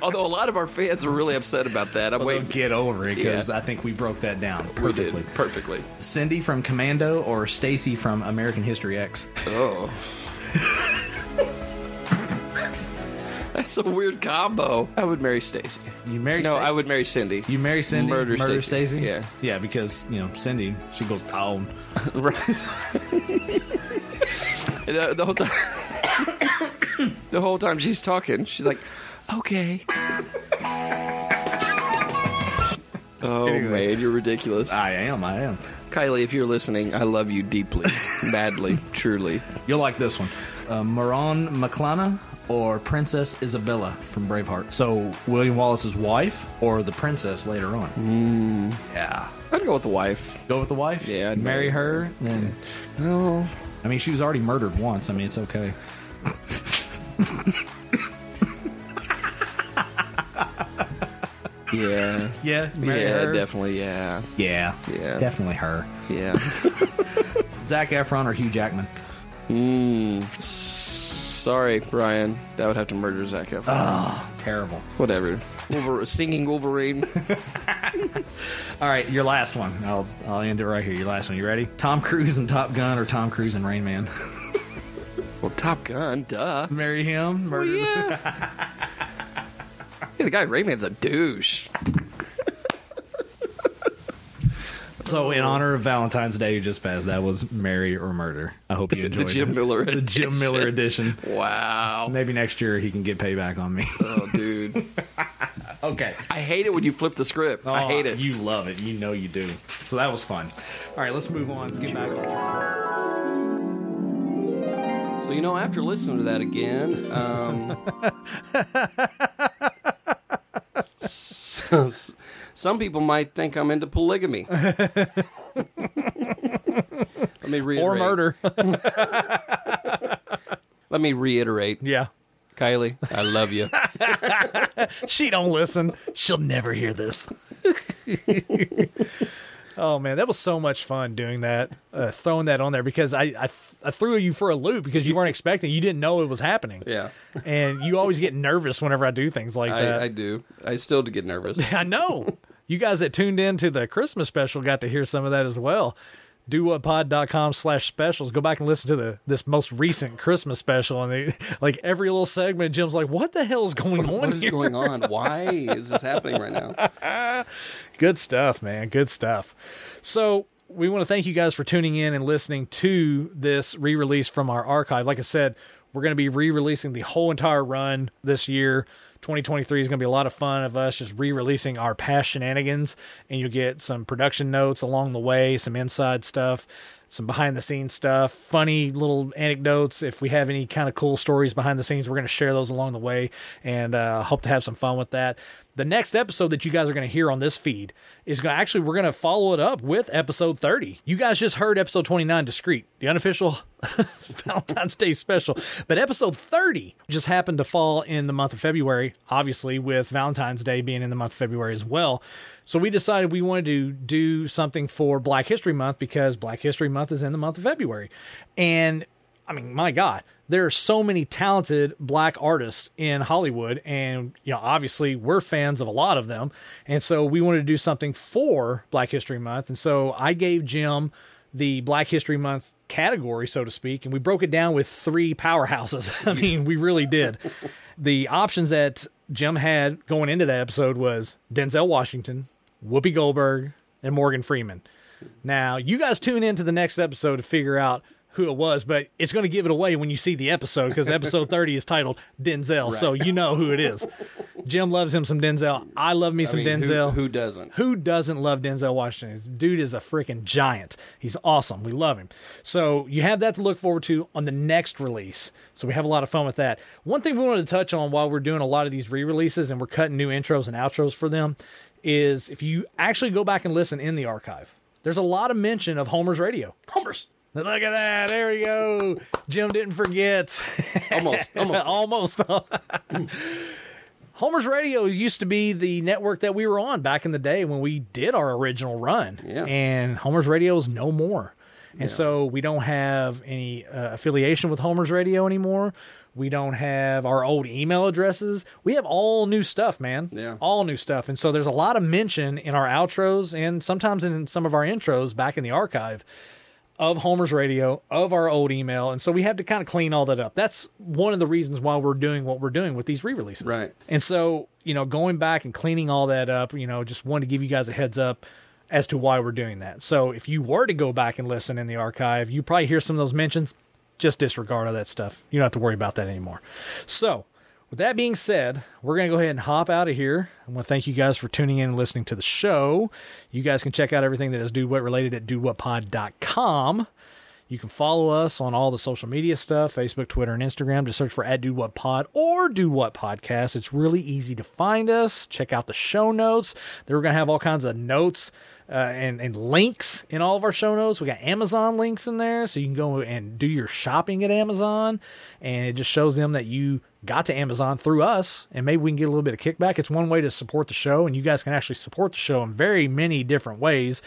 Speaker 2: we? Although a lot of our fans are really upset about that. I'm waiting.
Speaker 3: Get over it because
Speaker 2: Yeah.
Speaker 3: I think we broke that down
Speaker 2: We did.
Speaker 3: perfectly.
Speaker 2: Perfectly.
Speaker 3: Cindy from Commando or Stacy from American History X?
Speaker 2: Oh. That's a weird combo. I would marry Stacy.
Speaker 3: You marry
Speaker 2: No,
Speaker 3: Stacy?
Speaker 2: I would marry Cindy.
Speaker 3: You marry Cindy,
Speaker 2: Murder
Speaker 3: murder,
Speaker 2: Stacy.
Speaker 3: Stacy.
Speaker 2: Yeah.
Speaker 3: yeah, because you know Cindy, she goes "Oh, down.
Speaker 2: right. And, uh, the whole time, the whole time she's talking, she's like, "Okay." Oh
Speaker 3: Anyway. Ah.
Speaker 2: man, you're ridiculous.
Speaker 3: I am, I am.
Speaker 2: Kylie, if you're listening, I love you deeply, madly, truly.
Speaker 3: You'll like this one, uh, Maron McClana or Princess Isabella from Braveheart. So William Wallace's wife or the princess later on. Yeah,
Speaker 2: I'd go with the wife.
Speaker 3: go with the wife.
Speaker 2: Yeah, I'd
Speaker 3: Mm. marry,
Speaker 2: marry
Speaker 3: her. Then,
Speaker 2: No,
Speaker 3: I mean, she was already murdered once. I mean, it's okay.
Speaker 2: yeah,
Speaker 3: Yeah,
Speaker 2: yeah, definitely, yeah,
Speaker 3: Yeah,
Speaker 2: Yeah.
Speaker 3: definitely her.
Speaker 2: yeah.
Speaker 3: Zach Efron or Hugh Jackman.
Speaker 2: Mm, s- sorry, Brian. That would have to murder Zach Efron.
Speaker 3: Terrible.
Speaker 2: Whatever. Wolver- Ah. singing Wolverine.
Speaker 3: All right, your last one. I'll I'll end it right here. Your last one. You ready? Tom Cruise and Top Gun, or Tom Cruise and Rain Man?
Speaker 2: well, Top Gun, duh.
Speaker 3: Marry him, murder.
Speaker 2: Oh, yeah. yeah, the guy Rayman's a douche.
Speaker 3: So, in honor of Valentine's Day, you just passed. That was marry or murder. I hope you
Speaker 2: The
Speaker 3: enjoyed
Speaker 2: Jim
Speaker 3: it.
Speaker 2: Miller
Speaker 3: the Jim Miller edition.
Speaker 2: Wow.
Speaker 3: Maybe next year he can get payback on me.
Speaker 2: Oh, dude.
Speaker 3: okay.
Speaker 2: I hate it when you flip the script. I hate it.
Speaker 3: You love it. You know you do. So that was fun. All right, let's move on. Let's get back on track.
Speaker 10: So you know, after listening to that again, um, s- um, some people might think I'm into polygamy. Let me reiterate.
Speaker 19: Or murder.
Speaker 10: Let me reiterate,
Speaker 19: yeah.
Speaker 10: Kylie. I love you.
Speaker 19: She don't listen. She'll never hear this. oh man, that was so much fun doing that, uh, throwing that on there because I I, th- I threw you for a loop because you weren't expecting, you didn't know it was happening,
Speaker 10: Yeah,
Speaker 19: and you always get nervous whenever I do things like that.
Speaker 10: I, I do. I still do get nervous.
Speaker 19: I know. You guys that tuned in to the Christmas special got to hear some of that as well. DoWhatPod.com slash specials. Go back and listen to the this most recent Christmas special. And they, like every little segment, Jim's like, what the hell is going on
Speaker 10: What is
Speaker 19: here?
Speaker 10: going on? Why is this happening right now?
Speaker 19: Good stuff, man. Good stuff. So we want to thank you guys for tuning in and listening to this re-release from our archive. Like I said, we're going to be re-releasing the whole entire run this year. 2023 is going to be a lot of fun of us just re-releasing our past shenanigans, and you'll get some production notes along the way, some inside stuff.
Speaker 3: some behind the scenes stuff, funny little anecdotes. If we have any kind of cool stories behind the scenes, we're going to share those along the way and uh, hope to have some fun with that. The next episode that you guys are going to hear on this feed is going to actually, we're going to follow it up with episode 30. You guys just heard episode 29, Discreet, the unofficial Valentine's Day special. But episode 30 just happened to fall in the month of February, obviously, with Valentine's Day being in the month of February as well. So we decided we wanted to do something for Black History Month because Black History Month is in the month of February. And I mean, my God, there are so many talented black artists in Hollywood. And, you know, obviously we're fans of a lot of them. And so we wanted to do something for Black History Month. And so I gave Jim the Black History Month category, so to speak, and we broke it down with three powerhouses. I mean, we really did. the options that Jim had going into that episode was Denzel Washington, Whoopi Goldberg, and Morgan Freeman. Now, you guys tune into the next episode to figure out who it was, but it's going to give it away when you see the episode because episode 30 is titled Denzel. So you know who it is. Jim loves him some Denzel. I love me
Speaker 2: I
Speaker 3: some
Speaker 2: mean, who-
Speaker 3: Denzel.
Speaker 2: who doesn't?
Speaker 3: Who doesn't love Denzel Washington? This dude is a freaking giant. He's awesome. We love him. So you have that to look forward to on the next release. So we have a lot of fun with that. One thing we wanted to touch on while we're doing a lot of these re releases and we're cutting new intros and outros for them is if you actually go back and listen in the archive, there's a lot of mention of Homer's radio. Homer's. Look at that. There we go. Jim didn't forget.
Speaker 2: Almost.
Speaker 3: almost.
Speaker 2: Almost.
Speaker 3: Homer's Radio used to be the network that we were on back in the day when we did our original run.
Speaker 2: Yeah.
Speaker 3: And Homer's Radio is no more. And so we don't have any uh, affiliation with Homer's Radio anymore. We don't have our old email addresses. We have all new stuff, man.
Speaker 2: Yeah.
Speaker 3: All new stuff. And so there's a lot of mention in our outros and sometimes in some of our intros back in the archive of Homer's radio, of our old email. And so we have to kind of clean all that up. That's one of the reasons why we're doing what we're doing with these re releases.
Speaker 2: Right.
Speaker 3: And so, you know, going back and cleaning all that up, you know, just wanted to give you guys a heads up as to why we're doing that. So if you were to go back and listen in the archive, you probably hear some of those mentions. Just disregard all that stuff. You don't have to worry about that anymore. So, with that being said, we're going to go ahead and hop out of here. I want to thank you guys for tuning in and listening to the show. You guys can check out everything that is Do What related at dowhatpod.com. You can follow us on all the social media stuff Facebook, Twitter, and Instagram. Just search for at Do What Pod or Do What Podcast. It's really easy to find us. Check out the show notes. They are going to have all kinds of notes uh, and, and links in all of our show notes. We got Amazon links in there. So you can go and do your shopping at Amazon. And it just shows them that you got to Amazon through us. And maybe we can get a little bit of kickback. It's one way to support the show. And you guys can actually support the show in very many different ways.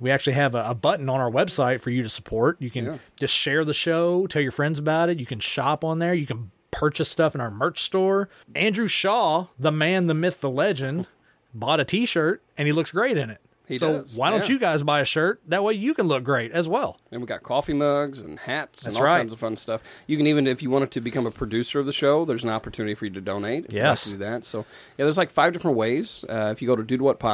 Speaker 3: We actually have a, a button on our website for you to support. You can
Speaker 2: Yeah.
Speaker 3: just share the show, tell your friends about it. You can shop on there. You can purchase stuff in our merch store. Andrew Shaw, the man, the myth, the legend, bought a t shirt and he looks great in it.
Speaker 2: He
Speaker 3: so
Speaker 2: does,
Speaker 3: why don't
Speaker 2: yeah.
Speaker 3: you guys buy a shirt? That way you can look great as well.
Speaker 2: And we got coffee mugs and hats
Speaker 3: That's
Speaker 2: and all
Speaker 3: right.
Speaker 2: kinds of fun stuff. You can even, if you wanted to become a producer of the show, there's an opportunity for you to donate. if you'd like
Speaker 3: Yes.
Speaker 2: to do that. So, yeah, there's like five different ways. Uh, if you go to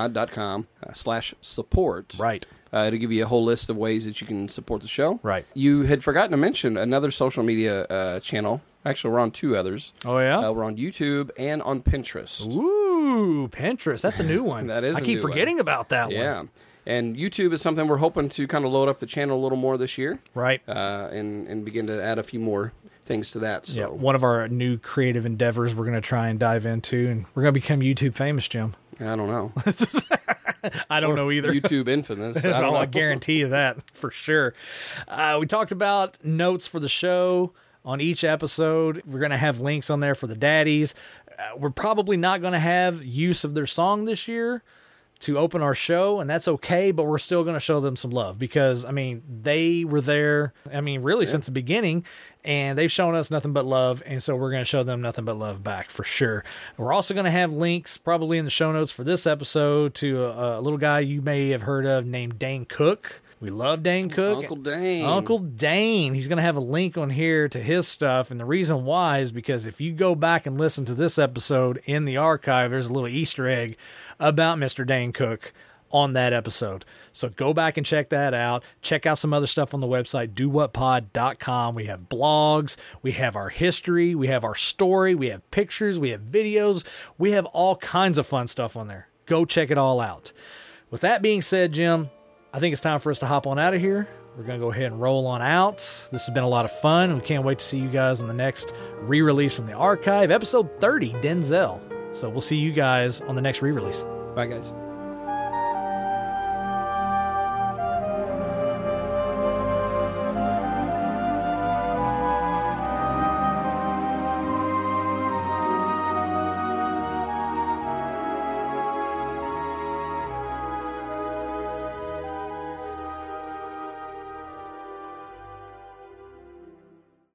Speaker 2: dudewhatpod.com uh, slash support.
Speaker 3: Right.
Speaker 2: Uh, it'll give you a whole list of ways that you can support the show.
Speaker 3: Right.
Speaker 2: You had forgotten to mention another social media uh, channel. Actually, we're on two others.
Speaker 3: Oh, yeah?
Speaker 2: Uh, we're on YouTube and on Pinterest.
Speaker 3: Ooh, Pinterest. That's a new one.
Speaker 2: That is.
Speaker 3: I
Speaker 2: a
Speaker 3: keep
Speaker 2: new one.
Speaker 3: forgetting about that one.
Speaker 2: Yeah. And YouTube is something we're hoping to kind of load up the channel a little more this year.
Speaker 3: Right.
Speaker 2: Uh, and, and begin to add a few more things to that. So
Speaker 3: Yeah, Uh, one of our new creative endeavors we're going to try and dive into, and we're going to become YouTube famous, Jim.
Speaker 2: I don't know.
Speaker 3: I don't know either.
Speaker 2: YouTube infamous. I
Speaker 3: I,
Speaker 2: don't know.
Speaker 3: guarantee you that for sure. Uh, we talked about notes for the show on each episode. We're going to have links on there for the daddies. Uh, we're probably not going to have use of their song this year to open our show, and that's okay, but we're still going to show them some love because, I mean, they were there, I mean, really since the beginning, and they've shown us nothing but love. And so we're going to show them nothing but love back for sure. We're also going to have links probably in the show notes for this episode to a, a little guy you may have heard of named Dane Cook. We love Dane Cook.
Speaker 2: Uncle Dane.
Speaker 3: Uncle Dane. He's going to have a link on here to his stuff. And the reason why is because if you go back and listen to this episode in the archive, there's a little Easter egg about Mr. Dane Cook on that episode. So go back and check that out. Check out some other stuff on the website, dowhatpod.com. We have blogs, we have our history, we have our story, we have pictures, we have videos, we have all kinds of fun stuff on there. Go check it all out. With that being said, Jim, I think it's time for us to hop on out of here. We're going to go ahead and roll on out. This has been a lot of fun. We can't wait to see you guys on the next re release from the archive, episode 30, Denzel. So we'll see you guys on the next re release.
Speaker 2: Bye, guys.